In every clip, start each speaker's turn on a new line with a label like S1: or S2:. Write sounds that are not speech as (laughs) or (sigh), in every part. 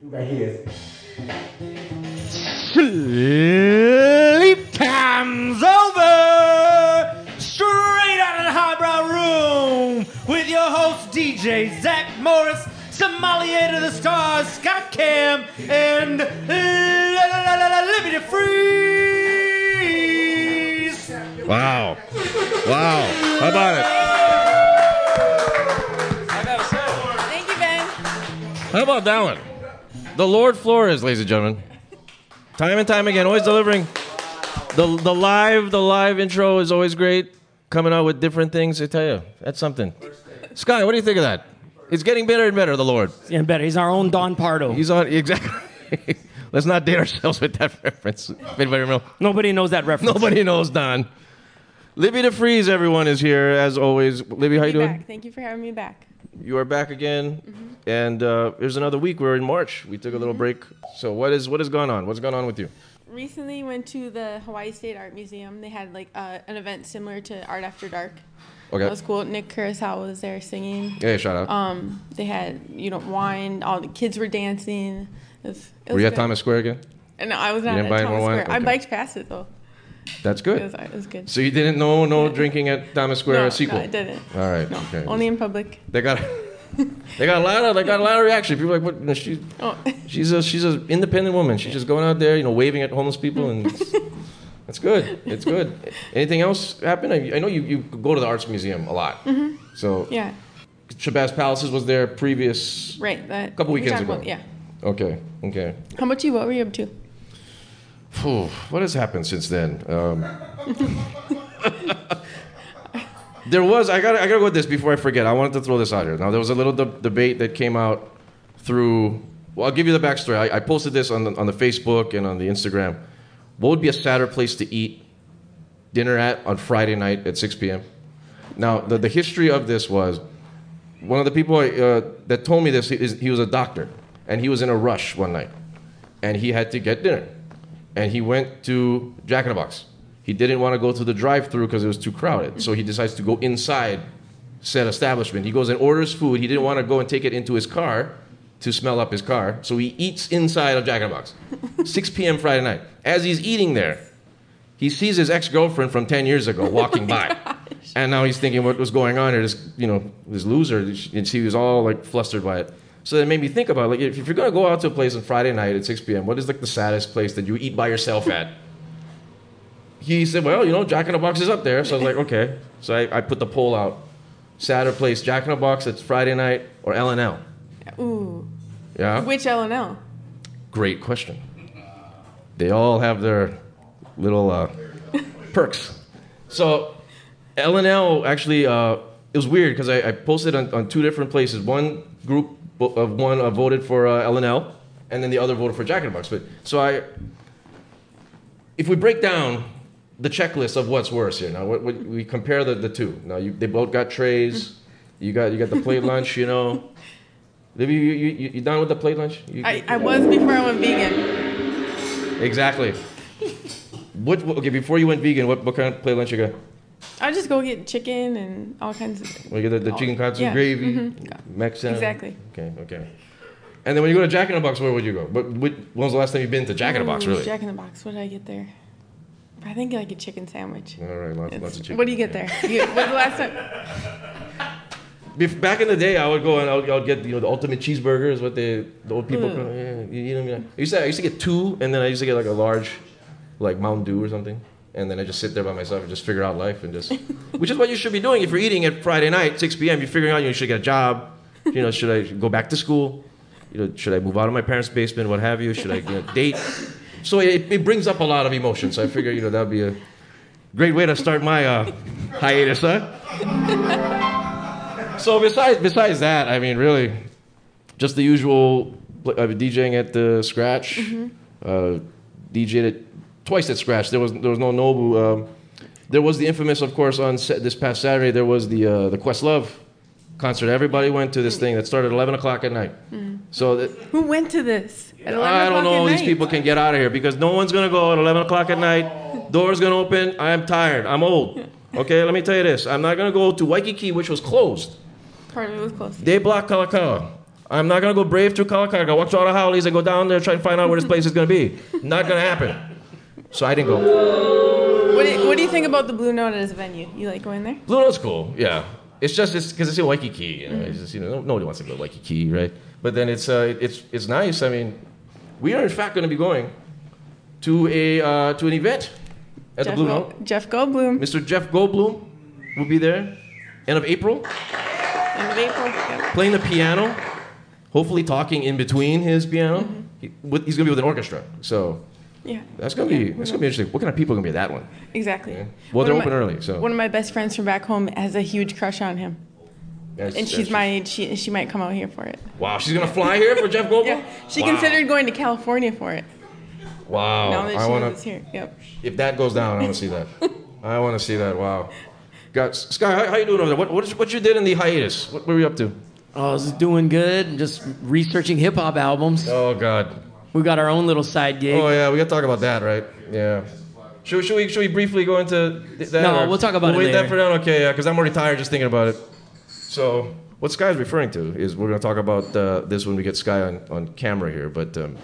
S1: do right here is
S2: Sleep time's over. Straight out of the highbrow room with your host DJ Zach Morris, sommelier to the stars Scott Cam, and la la la la la liberty freeze.
S3: Wow. Wow. How about
S4: Thank you, Ben.
S3: it? How about that one? The Lord Flores, ladies and gentlemen. Time and time again, always delivering. The the live the live intro is always great. Coming out with different things, I tell you, that's something. Sky, what do you think of that? It's getting better and better, the Lord.
S5: And better, he's our own Don Pardo.
S3: He's on (laughs) exactly. Let's not date ourselves with that (laughs) reference. If anybody remember-
S5: Nobody knows that reference.
S3: Nobody knows Don. Libby DeFreeze, everyone is here as always. Libby, how you
S4: Be
S3: doing?
S4: back. Thank you for having me back.
S3: You are back again,
S4: Mm-hmm.
S3: and uh, there's another week. We're in March. We took a little break. So what is what has gone on? What's gone on with you?
S4: Recently went to the Hawaii State Art Museum. They had like uh, an event similar to Art After Dark.
S3: Okay.
S4: That was cool. Nick Kurosawa was there singing.
S3: Yeah, shout out.
S4: Um, they had you know wine. All the kids were dancing. It was, it
S3: Were
S4: was
S3: you at
S4: good.
S3: Thomas Square again?
S4: Uh, No, I was not
S3: didn't
S4: at
S3: buy
S4: Thomas
S3: any more wine?
S4: Square. I
S3: Okay.
S4: biked past it though.
S3: That's
S4: It was,
S3: good.
S4: it was good.
S3: So you didn't know no drinking at Thomas Square
S4: no,
S3: a sequel.
S4: no, I didn't.
S3: All right.
S4: No,
S3: Okay.
S4: only in public.
S3: they
S4: (laughs)
S3: got they got a lot of they got a lot of reaction. People were like what? She
S4: Oh, (laughs)
S3: she's a she's an independent woman. She's just going out there, you know, waving at homeless people, and
S4: (laughs)
S3: it's- that's good. It's good. Anything else happen? I, I know you, you go to the arts museum a lot.
S4: Mm-hmm.
S3: So
S4: yeah,
S3: Shabazz Palaces was there previous.
S4: right. That
S3: Couple
S4: we
S3: weekends ago.
S4: talked about- yeah.
S3: Okay, okay.
S4: How about you? What were you up to?
S3: Phew, what has happened since then? Um, (laughs) there was I got I got to go with this before I forget. I wanted to throw this out here. Now there was a little deb debate that came out through. Well, I'll give you the backstory. I, I posted this on the, on the Facebook and on the Instagram. What would be a sadder place to eat dinner at on Friday night at 6 p.m.? Now the, the history of this was one of the people uh, that told me this is he was a doctor and he was in a rush one night and he had to get dinner and he went to Jack in the Box. He didn't want to go through the drive-through because it was too crowded, so he decides to go inside said establishment. He goes and orders food. He didn't want to go and take it into his car to smell up his car, so he eats inside of Jack in the Box. (laughs) 6 p.m. Friday night. As he's eating there, he sees his ex-girlfriend from 10 years ago walking by and now he's thinking what was going on here this you know this loser and she was all like flustered by it so that made me think about like if you're going to go out to a place on friday night at 6 p.m what is like the saddest place that you eat by yourself at (laughs) he said well you know jack in the box is up there so i was like okay so i, I put the poll out sadder place jack in the box it's friday night or l&l
S4: Ooh,
S3: yeah
S4: which L and L?
S3: Great question. They all have their little uh, perks. So L and L actually uh, it was weird because I, I posted on, on two different places. One group vo- of one uh, voted for uh, L and L, and then the other voted for Jack in the Box. But so I, if we break down the checklist of what's worse here, now what, what, we compare the, the two. Now you, they both got trays. You got you got the plate lunch. You know, Libby, you you, you, you done with the plate lunch? You-
S4: I, I was before I went vegan.
S3: Exactly. What, what- okay, before you went vegan, what, what kind of plate lunch you got?
S4: I just go get chicken and all kinds of.
S3: Well, you got the, the chicken katsu
S4: Oh. Yeah, Mm-hmm.
S3: gravy, Mexican.
S4: Exactly.
S3: Okay, okay. And then when you go to Jack in the Box, where would you go? What, what, when was the last time you've been to Jack in the Box,
S4: Ooh,
S3: really?
S4: Mm, Jack in the Box. What did I get there? I think like a chicken sandwich.
S3: All right, lots, lots
S4: It's-
S3: of chicken.
S4: What do you get
S3: okay.
S4: there? You, what's the last time?
S3: Bef- back in the day, I would go and I would, I would get you know the ultimate cheeseburger is what they, the old people
S4: Ugh.
S3: call yeah, you, you know what I mean? I used, to, I used to get two, and then I used to get like a large, like Mountain Dew or something, and then I just sit there by myself and just figure out life and just, which is what you should be doing if you're eating at Friday night 6 p.m. You're figuring out you should get a job, you know should I go back to school, you know should I move out of my parents' basement, what have you? Should I you know, date? So it, it brings up a lot of emotions. So I figure you know that'd be a great way to start my uh, hiatus, huh? so besides besides that, I mean, really, just the usual. I've been DJing at the Scratch.
S4: Mm-hmm.
S3: Uh, DJed it twice at Scratch. There was there was no Nobu. Um, there was the infamous, of course, on sa- this past Saturday. There was the uh, the Questlove concert. Everybody went
S4: Mm.
S3: to this thing that started at eleven o'clock at night. So that,
S4: Who went to this? At 11
S3: I don't
S4: Mm. o'clock at
S3: know. These
S4: night?
S3: people can get out of here because no one's gonna go at 11 o'clock at night.
S4: (laughs)
S3: Doors gonna open. I am tired. I'm old. Okay, let me tell you this. I'm not gonna go to Waikiki, which was closed.
S4: Part of it was close.
S3: They blocked Kalakaua. I'm not gonna go brave through Kalakaka. I watch all the howlies and go down there try and find out where this place is gonna be. Not gonna happen. So I didn't go.
S4: What do, you, what do you think about the Blue Note as a venue? You like going there?
S3: Blue Note's cool. Yeah. It's just it's because it's in Waikiki. You know, it's just, you know, nobody wants to go to Waikiki, right? But then it's uh, it's it's nice. I mean, we are in fact gonna be going to a uh, to an event at the Blue
S4: Go-
S3: Note.
S4: Jeff Goldblum.
S3: Mr. Jeff Goldblum will be there, end of April,
S4: End of April. Yep.
S3: playing the piano, hopefully talking in between his piano.
S4: Mm-hmm.
S3: He- with- he's gonna be with an orchestra, so
S4: Yeah.
S3: that's gonna
S4: Yeah,
S3: be
S4: we
S3: that's
S4: will.
S3: gonna be interesting. What kind of people are gonna be at that one?
S4: Exactly.
S3: Well,
S4: One
S3: they're
S4: of
S3: open
S4: my-
S3: early, so
S4: One of my best friends from back home has a huge crush on him,
S3: That's-
S4: and she's
S3: that's-
S4: my age. She she might come out here for it.
S3: Wow, she's gonna fly here for
S4: (laughs)
S3: Jeff Goldblum.
S4: Yeah, she
S3: Wow.
S4: considered going to California for it.
S3: Wow,
S4: now that she
S3: I wanna.
S4: lives here. Yep.
S3: If that goes down, I wanna see
S4: (laughs)
S3: that. I wanna see that. Wow. Got Sky. How, how you doing over there? What what, is, what you did in the hiatus? What were you up to?
S5: Oh, I was doing good. and Just researching hip hop albums.
S3: Oh God.
S5: We got our own little side gig.
S3: Oh yeah, we gotta talk about that, right? Yeah. Should, should we should we briefly go into th- that?
S5: No,
S3: or-
S5: we'll talk about
S3: we'll
S5: it
S3: Wait that
S5: later.
S3: for now, okay? Yeah, because I'm already tired just thinking about it. So what Sky is referring to is we're gonna talk about uh, this when we get Sky on, on camera here, but um,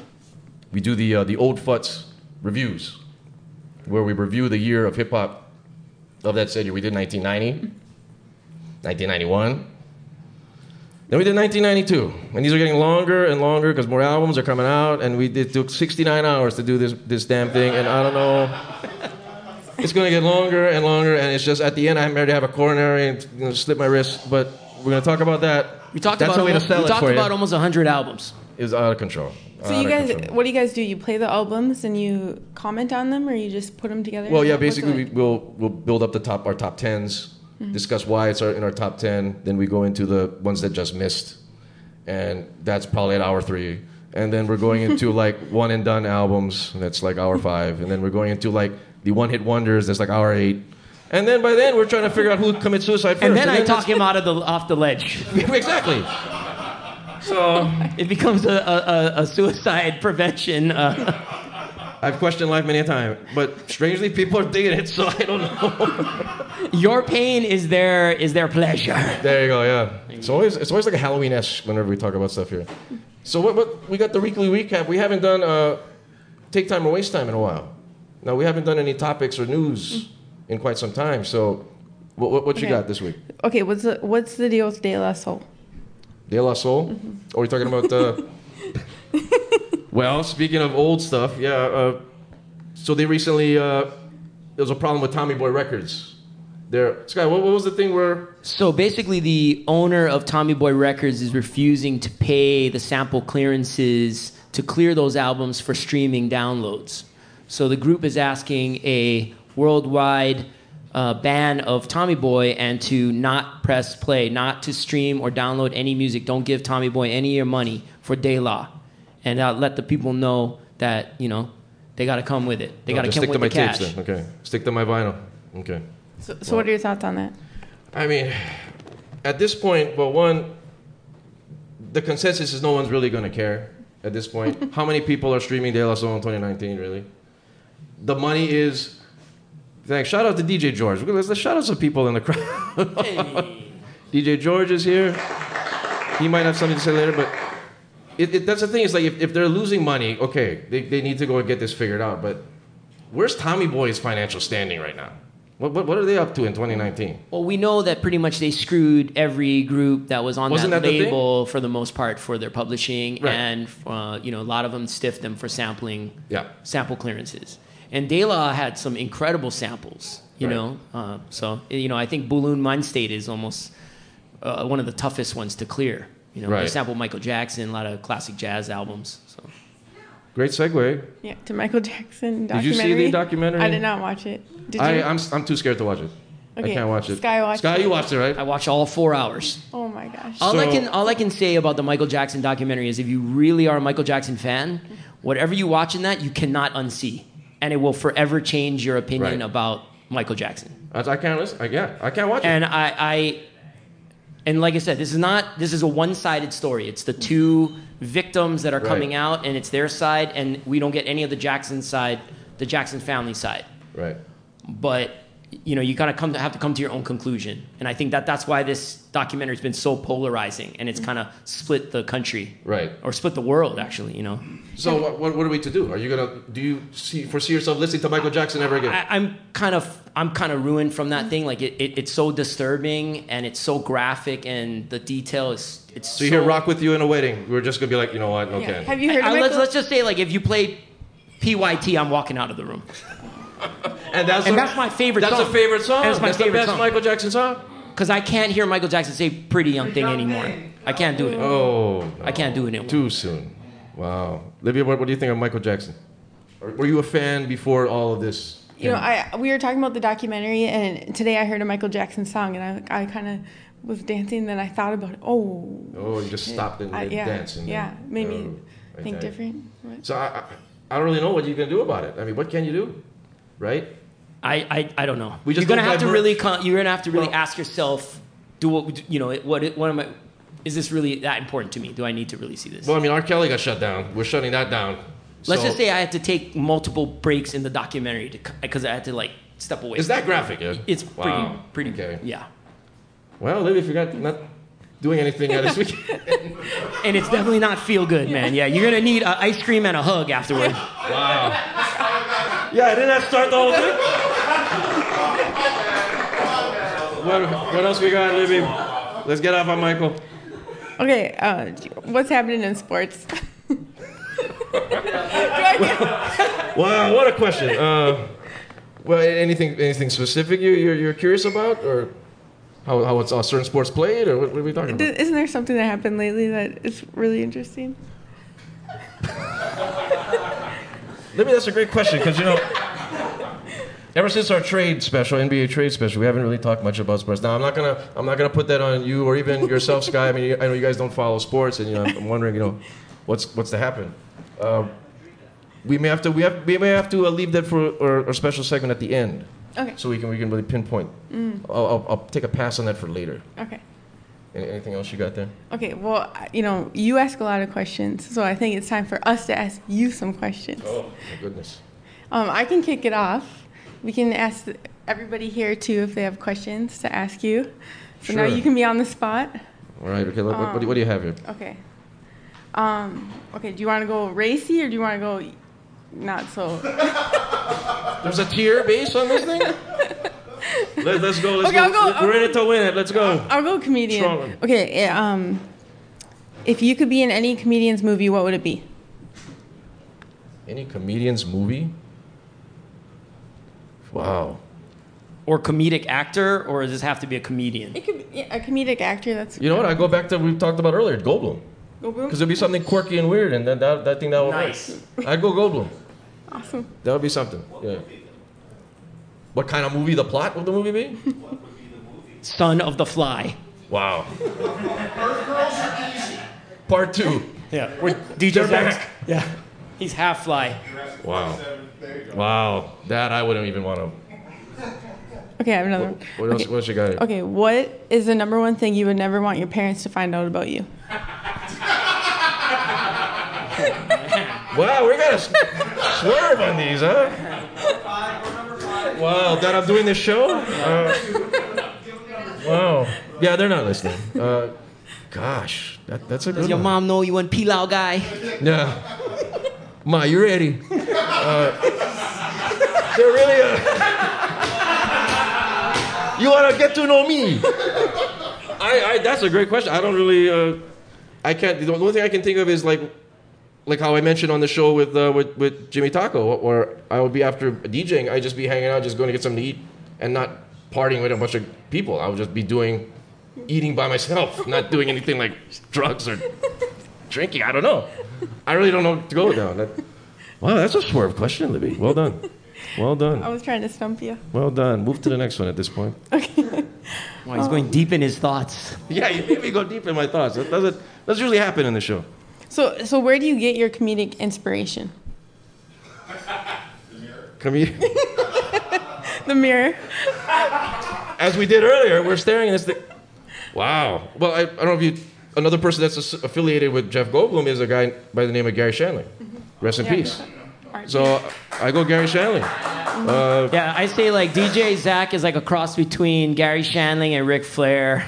S3: we do the uh, the old futz reviews, where we review the year of hip hop of that said year. We did 1990, 1991. Then we did 1992, and these are getting longer and longer because more albums are coming out, and we it took 69 hours to do this this damn thing, and I don't know. It's gonna get longer and longer, and it's just at the end I'm ready to have a coronary and you know, slip my wrist, but we're gonna talk about that.
S5: We talked
S3: That's
S5: about
S3: a way to
S5: almost,
S3: sell
S5: we
S3: it
S5: talked
S3: for
S5: about
S3: you.
S5: almost hundred albums.
S3: It's out of control.
S4: So
S3: Out of
S4: you guys,
S3: Uh, control.
S4: what do you guys do? You play the albums and you comment on them, or you just put them together?
S3: Well, yeah,
S4: What's it
S3: basically we,
S4: like?
S3: we'll we'll build up the top our top 10s discuss why it's our, in our top ten. Then we go into the ones that just missed, and that's probably at hour three. And then we're going (laughs) into like one and done albums. and That's like hour five. And then we're going into like the one hit wonders. That's like hour eight. And then by then we're trying to figure out who commits suicide first.
S5: And then I talk
S3: that's-
S5: him out of the off the ledge.
S3: (laughs) exactly. So
S5: (laughs) It becomes a, a, a- a suicide prevention. Uh, (laughs)
S3: I've questioned life many a time, but strangely people are digging it. So I don't know.
S5: your pain is their is their pleasure.
S3: There you go. Yeah. It's always it's always like a Halloween esque whenever we talk about stuff here. So what, what we got the weekly recap. We haven't done uh, take time or waste time in a while. Now we haven't done any topics or news in quite some time. So what what, what you
S4: Okay.
S3: got this week?
S4: okay. What's the what's the deal with De La Soul?
S3: De La Soul? Or are you talking about? Uh, well, speaking of old stuff, yeah. Uh, so they recently uh, there was a problem with Tommy Boy Records. There, Sky. What, what was the thing where?
S5: So basically, the owner of Tommy Boy Records is refusing to pay the sample clearances to clear those albums for streaming downloads. So the group is asking a worldwide uh, ban of Tommy Boy and to not press play, not to stream or download any music. Don't give Tommy Boy any of your money for De La, and uh, let the people know that you know they got to come with it. They
S3: No,
S5: got to
S3: just
S5: come
S3: stick
S5: with
S3: to my
S5: the cash.
S3: tapes then. Okay, stick to my vinyl. Okay.
S4: So, so what are your thoughts on that?
S3: I mean, at this point, well, one, the consensus is no one's really going to care at this point. How many people are streaming De La Soul in 2019, really? The money is. Thanks. Shout out to DJ George. Let's, let's shout out some people in the crowd. (laughs) DJ George is here. He might have something to say later, but it, it, that's the thing. It's like if, if they're losing money, okay, they, they need to go and get this figured out. But where's Tommy Boy's financial standing right now? What, what, what are they up to in 2019?
S5: Well, we know that pretty much they screwed every group that was on
S3: Wasn't
S5: that,
S3: that the
S5: label for the most part for their publishing,
S3: Right.
S5: and uh, you know a lot of them stiffed them for sampling,
S3: Yeah.
S5: sample clearances. And De La had some incredible samples, you
S3: Right.
S5: know. Uh, so you know, I think Balloon Mind State is almost uh, one of the toughest ones to clear. You know, they
S3: Right.
S5: sampled Michael Jackson, a lot of classic jazz albums. So
S3: Great segue.
S4: Yeah, to Michael (laughs) Jackson
S3: Did
S4: documentary.
S3: you see the documentary?
S4: I did not watch it. Did you?
S3: I, I'm, s- I'm too scared to watch it. I
S4: Okay,
S3: can't watch it.
S4: Sky watched
S3: Sky,
S4: it.
S3: you watched it,
S5: I
S3: right?
S5: watched all four hours.
S4: oh my gosh.
S5: All I
S3: So-
S5: can all I can say about the Michael Jackson documentary is if you really are a Michael Jackson fan, whatever you watch in that, you cannot unsee, and it will forever change your opinion
S3: Right.
S5: about Michael Jackson.
S3: I, I can't listen. I, yeah, I can't watch
S5: And I, I, and like I said, this is not this is a one-sided story. It's the two victims that are
S3: Right.
S5: coming out, and it's their side, and we don't get any of the Jackson side, the Jackson family side.
S3: it. Right.
S5: But you know you kind of come to have to come to your own conclusion and i think that that's why this documentary has been so polarizing and it's kind of split the country
S3: Right.
S5: or split the world actually you know
S3: So what, what, what are we to do? Are you gonna do you see foresee yourself listening to Michael Jackson ever again?
S5: I, i'm kind of i'm kind of ruined from that thing like it, it, it's so disturbing and it's so graphic and the detail is it's
S3: so you hear "Rock with You" in a wedding, we're just gonna be like, you know what?
S4: Yeah.
S3: Okay.
S4: Have you heard
S5: I-
S4: of
S5: let's,
S4: Michael-
S5: let's just say like if you play pyt i'm walking out of the room
S3: and that's,
S5: and
S3: the-
S5: that's my favorite
S3: That's
S5: song.
S3: a favorite song.
S5: And it's my favorite
S3: the best
S5: song.
S3: Michael Jackson song.
S5: because i can't hear michael jackson say pretty young thing anymore i can't do it
S3: Oh, no.
S5: i can't do it anymore
S3: Too soon. Wow. Libya, what, what do you think of Michael Jackson? Or- Were you a fan before all of this?
S4: You know, I we were talking about the documentary, and today I heard a Michael Jackson song, and I I kind of was dancing. Then I thought about it. Oh,
S3: Oh, you just stopped and,
S4: I-
S3: and
S4: yeah,
S3: danced. And
S4: yeah,
S3: then-
S4: made me
S3: Oh,
S4: think
S3: okay.
S4: different. What?
S3: So I, I, I don't really know what you can do about it. I mean, what can you do? Right?
S5: I, I, I don't know.
S3: We just
S5: you're gonna
S3: don't
S5: have to
S3: divert-
S5: really con- you're gonna have to really
S3: Well-
S5: ask yourself, do what you know? What it- what am I? Is this really that important to me? Do I need to really see this?
S3: Well, I mean, R. Kelly got shut down. We're shutting that down.
S5: Let's
S3: So-
S5: just say I had to take multiple breaks in the documentary to because I had to like step away.
S3: Is that graphic? Yeah?
S5: It's
S3: Wow.
S5: pretty pretty
S3: Okay.
S5: yeah.
S3: Well, Libby, if you're not, not doing anything uh, this
S5: (laughs)
S3: week,
S5: And it's definitely not feel good, man. Yeah, you're gonna need uh, ice cream and a hug afterward.
S3: yeah, didn't that start the
S5: (laughs)
S3: whole thing? what, what else we got, Libby? Let's get off on Michael.
S4: Okay, uh, what's happening in sports? (laughs) Do I get-
S3: Wow, what a question. Uh, well, anything anything specific you you're, you're curious about, or how how it's, uh, certain sports played, or what, what are we talking about?
S4: Isn't there something that happened lately that is really interesting?
S3: Libby, that's a great question because you know. Ever since our trade special, NBA trade special, we haven't really talked much about sports. Now, I'm not gonna, I'm not gonna put that on you or even yourself, Sky. I mean, you- I know you guys don't follow sports, and you know, I'm wondering, you know, what's what's to happen. Um, we may have to, we have, we may have to uh, leave that for our, our special segment at the end,
S4: Okay,
S3: so we can we can really pinpoint. I'll, I'll, I'll take a pass on that for later.
S4: okay,
S3: Any- Anything else you got there?
S4: okay. Well, I- you know, you ask a lot of questions, so I think it's time for us to ask you some questions.
S3: Oh my goodness.
S4: Um, I can kick it off. We can ask th- everybody here too if they have questions to ask you. So now
S3: Sure.
S4: you can be on the spot.
S3: All right. Okay. What, what, do you- what do you have here?
S4: Okay. Um, okay. Do you want to go racy or do you want to go not so?
S3: There's a tier based on this
S4: (laughs)
S3: thing. Let, us go. Let's
S4: Okay, I'll go- I'll
S3: We're in it to win it. Let's go.
S4: I'll go comedian.
S3: Strong.
S4: Okay. eh, Um, if you could be in any comedian's movie, what would it be?
S3: Any comedian's movie? Wow.
S5: or comedic actor, or does this have to be a comedian?
S4: It could be yeah, a comedic actor. That's
S3: You know what? I go back to we talked about earlier, Goldblum,
S4: Goldblum.
S3: because it'd be something quirky and weird, and then that, that thing that would
S5: Nice.
S3: I go Goldblum.
S4: Awesome.
S3: That would be something. Yeah. What kind of movie? The plot would the movie be?
S5: Son of the Fly.
S3: Wow. Part two.
S5: Yeah, we're DJ Zach. Yeah, he's half fly.
S3: Wow. Wow. That I wouldn't even want to.
S4: Okay, I have another one.
S3: What else?
S4: Okay.
S3: What else you got? here?
S4: Okay, what is the number one thing you would never want your parents to find out about you?
S3: Wow, we got to swerve on these, huh? Wow, that I'm doing this show? Uh, wow. Yeah, they're not listening. Uh, gosh, that, that's a good
S5: Does your
S3: one.
S5: mom know you and Pilau guy?
S3: Yeah. Ma, you ready? Uh, they're really. Uh, you wanna get to know me? (laughs) I, I. That's a great question. I don't really. Uh, I can't. The only thing I can think of is like, like how I mentioned on the show with uh, with with Jimmy Taco, where I would be after DJing, I'd just be hanging out, just going to get something to eat, and not partying with a bunch of people. I would just be doing, eating by myself, (laughs) not doing anything like drugs (laughs) or drinking. I don't know. I really don't know what to go down. That, wow, that's a swerve question, Libby. Well done. Well
S4: I
S3: (laughs) done.
S4: was trying to stump you.
S3: Well done. Move to the next one at this point.
S5: Wow, Oh, he's going deep in his thoughts.
S3: (laughs) Yeah, you made me go deep in my thoughts. That doesn't that's usually happen in the show.
S4: So, so where do you get your comedic inspiration?
S3: Come here. (laughs)
S4: The mirror.
S3: As we did earlier, we're staring at this thing. Wow. Well, I, I don't know if you. Another person that's as- affiliated with Jeff Goldblum is a guy by the name of Gary Shanley. Rest in
S4: Yeah.
S3: peace. So I go Gary Shanley. Uh,
S5: Yeah, I say like DJ Zach is like a cross between Gary Shandling and Ric Flair.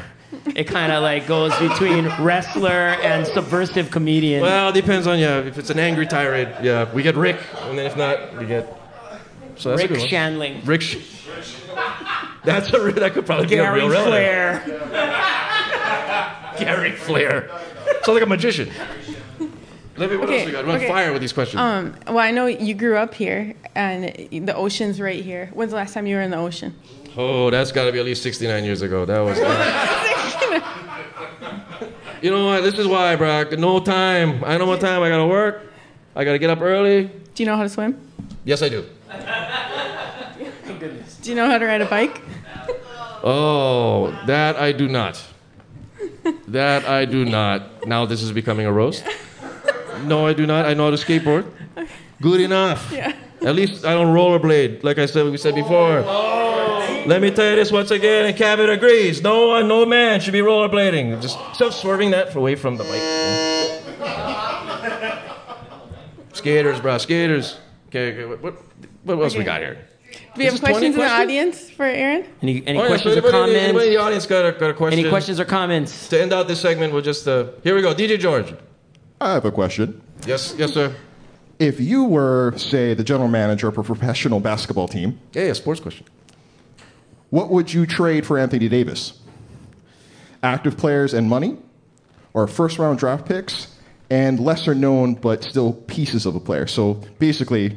S5: It kind of like goes between wrestler and subversive comedian.
S3: well, it depends on yeah. If it's an angry tirade, yeah, we get Rick, and then if not, we get. So that's a
S5: Rick
S3: good one.
S5: Shandling.
S3: Rick. Sh- (laughs) that's a re- that could probably be a
S5: Gary
S3: real relative.
S5: Flair.
S3: Gary Flair. (laughs) Sounds like a magician. Let me. What else
S4: Okay,
S3: we got? I'm on
S4: okay.
S3: fire with these questions.
S4: Um, well, I know you grew up here, and the ocean's right here. When's the last time you were in the ocean?
S3: Oh, that's got to be at least 69 years ago. That
S4: (laughs)
S3: was. you know what? This is why, Brock. No time. I know what time I gotta work. I gotta get up early.
S4: Do you know how to swim?
S3: Yes, I do.
S4: Do you know how to ride a bike?
S3: Oh, that I do not. That I do not. Now this is becoming a roast. No, I do not. I know how to skateboard. Good enough.
S4: Yeah.
S3: At least I don't rollerblade, like I said we said before.
S4: Oh.
S3: Let me tell you this once again, and Cabot agrees. No one, no man should be rollerblading. Just stop swerving that away from the bike. skaters, bro, skaters. Okay, okay what, what, what else we
S4: Okay.
S3: got here?
S4: Do we have
S3: Is this 20
S4: questions in the
S3: questions?
S4: audience for Aaron?
S5: Any, any
S3: Oh, yeah, so
S5: questions or
S3: anybody-
S5: comments?
S3: Anybody in the audience got a, got a question?
S5: Any questions or comments?
S3: To end out this segment, we'll just uh, here we go. DJ George.
S1: I have a question.
S3: Yes, yes, sir.
S1: If you were, say, the general manager of a professional basketball team,
S3: Yeah, yeah, sports question.
S1: what would you trade for Anthony Davis? Active players and money, or first round draft picks, and lesser known but still pieces of a player? So basically,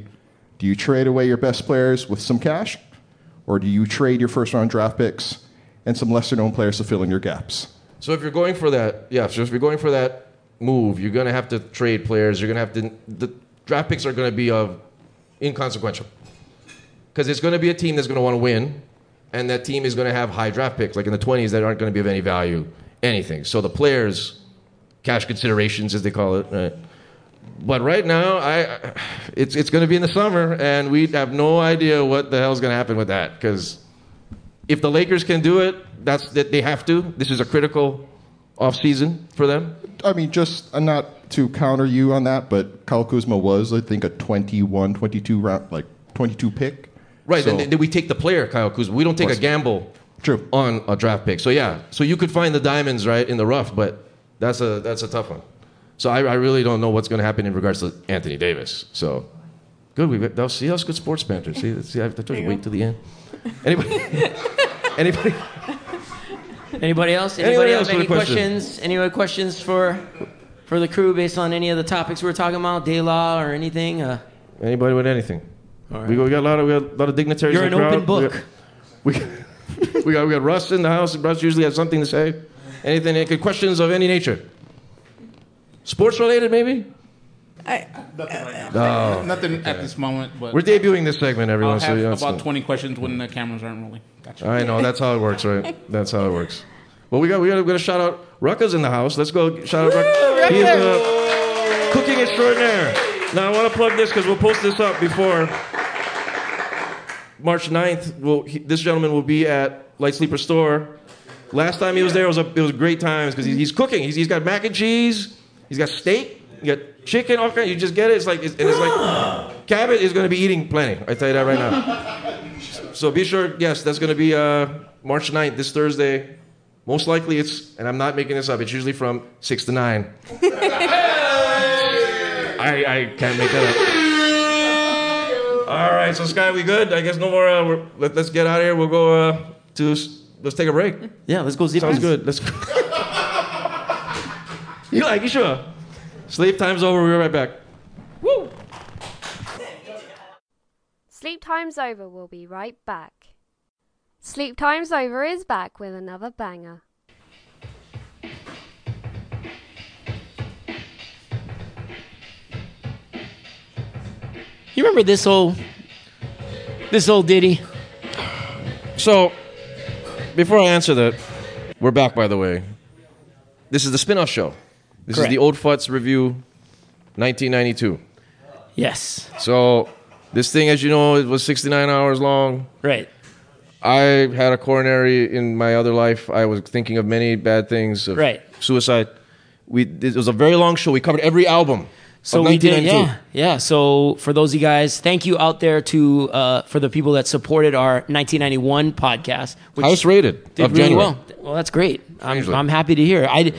S1: do you trade away your best players with some cash, or do you trade your first round draft picks and some lesser known players to fill in your gaps?
S3: So if you're going for that, yeah, so if you're going for that move, you're gonna have to trade players. You're gonna have to. The draft picks are gonna be of inconsequential because it's gonna be a team that's gonna want to win, and that team is gonna have high draft picks, like in the 20s, that aren't gonna be of any value, anything. So the players, cash considerations as they call it. Right? But right now, I, it's it's gonna be in the summer, and we have no idea what the hell's gonna happen with that because if the Lakers can do it, that's that they have to. This is a critical offseason for them.
S1: I mean, just uh, not to counter you on that, but Kyle Kuzma was, I think, a 21, 22 round, like 22 pick.
S3: Right.
S1: So,
S3: then, then we take the player, Kyle Kuzma. We don't take a
S1: course.
S3: gamble
S1: True.
S3: on a draft pick. So yeah. So you could find the diamonds right in the rough, but that's a that's a tough one. So I, I really don't know what's going to happen in regards to Anthony Davis. So good. We that was, see that was good sports banter. See, see I, I told you wait till the end. Anybody? (laughs) anybody?
S5: Anybody else? Anybody,
S3: Anybody else
S5: else
S3: with
S5: have any
S3: a question?
S5: questions? Any other questions for for the crew based on any of the topics we are talking about, De La or anything? Uh,
S3: Anybody with anything?
S5: right.
S3: We, got, we got a lot of we got a lot of dignitaries.
S5: you're
S3: in
S5: an
S3: the
S5: open
S3: crowd. We got-
S5: book.
S3: We got, we got, we got Russ in the house. Russ usually has something to say. Anything, any questions of any nature? Sports related, maybe?
S4: I,
S6: Nothing at this moment, but
S3: We're debuting this segment, everyone.
S6: I'll
S3: so
S6: have
S3: yeah,
S6: about
S3: that's-
S6: 20 questions when the cameras aren't rolling. Gotcha.
S3: I know, that's how it works, right? That's how it works. Well, we got, we got, we got to shout out Rucka's in the house. Let's go shout out Rucka. He's the cooking extraordinaire. Now, I want to plug this because we'll post this up before March 9th. We'll, he, this gentleman will be at Light Sleeper Store. Last time he was there, it was a, it was great times because he's, he's cooking. He's, he's got mac and cheese. He's got steak. You got chicken. All kind. You just get it. It's like it's, and it's like Cabot is going to be eating plenty. I tell you that right now. So be sure. Yes, that's going to be uh, March 9th, this Thursday. Most likely, it's and I'm not making this up. It's usually from six to nine. I, I can't make that up. All right, so Sky, we good? I guess no more. Uh, we're, let, let's get out of here. We'll go uh, to s- let's take a break.
S5: Yeah, let's go zip.
S3: Sounds good. Let's. go. (laughs) you like you sure? Sleep time's over. We'll be right back.
S7: Sleep Time's Over will be right back. Sleep Time's Over is back with another banger.
S5: You remember this old this old ditty?
S3: So, before I answer that, we're back, by the way. This is the spin off show. This
S5: Correct.
S3: is the Old Futz Review 1992.
S5: Yes.
S3: So, this thing, as you know, it was 69 hours long.
S5: Right.
S3: I had a coronary in my other life. I was thinking of many bad things, of
S5: Right.
S3: suicide. We, it was a very long show. We covered every album.
S5: So
S3: Of
S5: we did,
S3: 1992.
S5: yeah, yeah. So for those of you guys, thank you out there to uh, for the people that supported our 1991 podcast, which
S3: Highest rated
S5: did
S3: of
S5: really
S3: January.
S5: well. Well, that's great. I'm,
S3: Strangely.
S5: I'm happy to hear. I,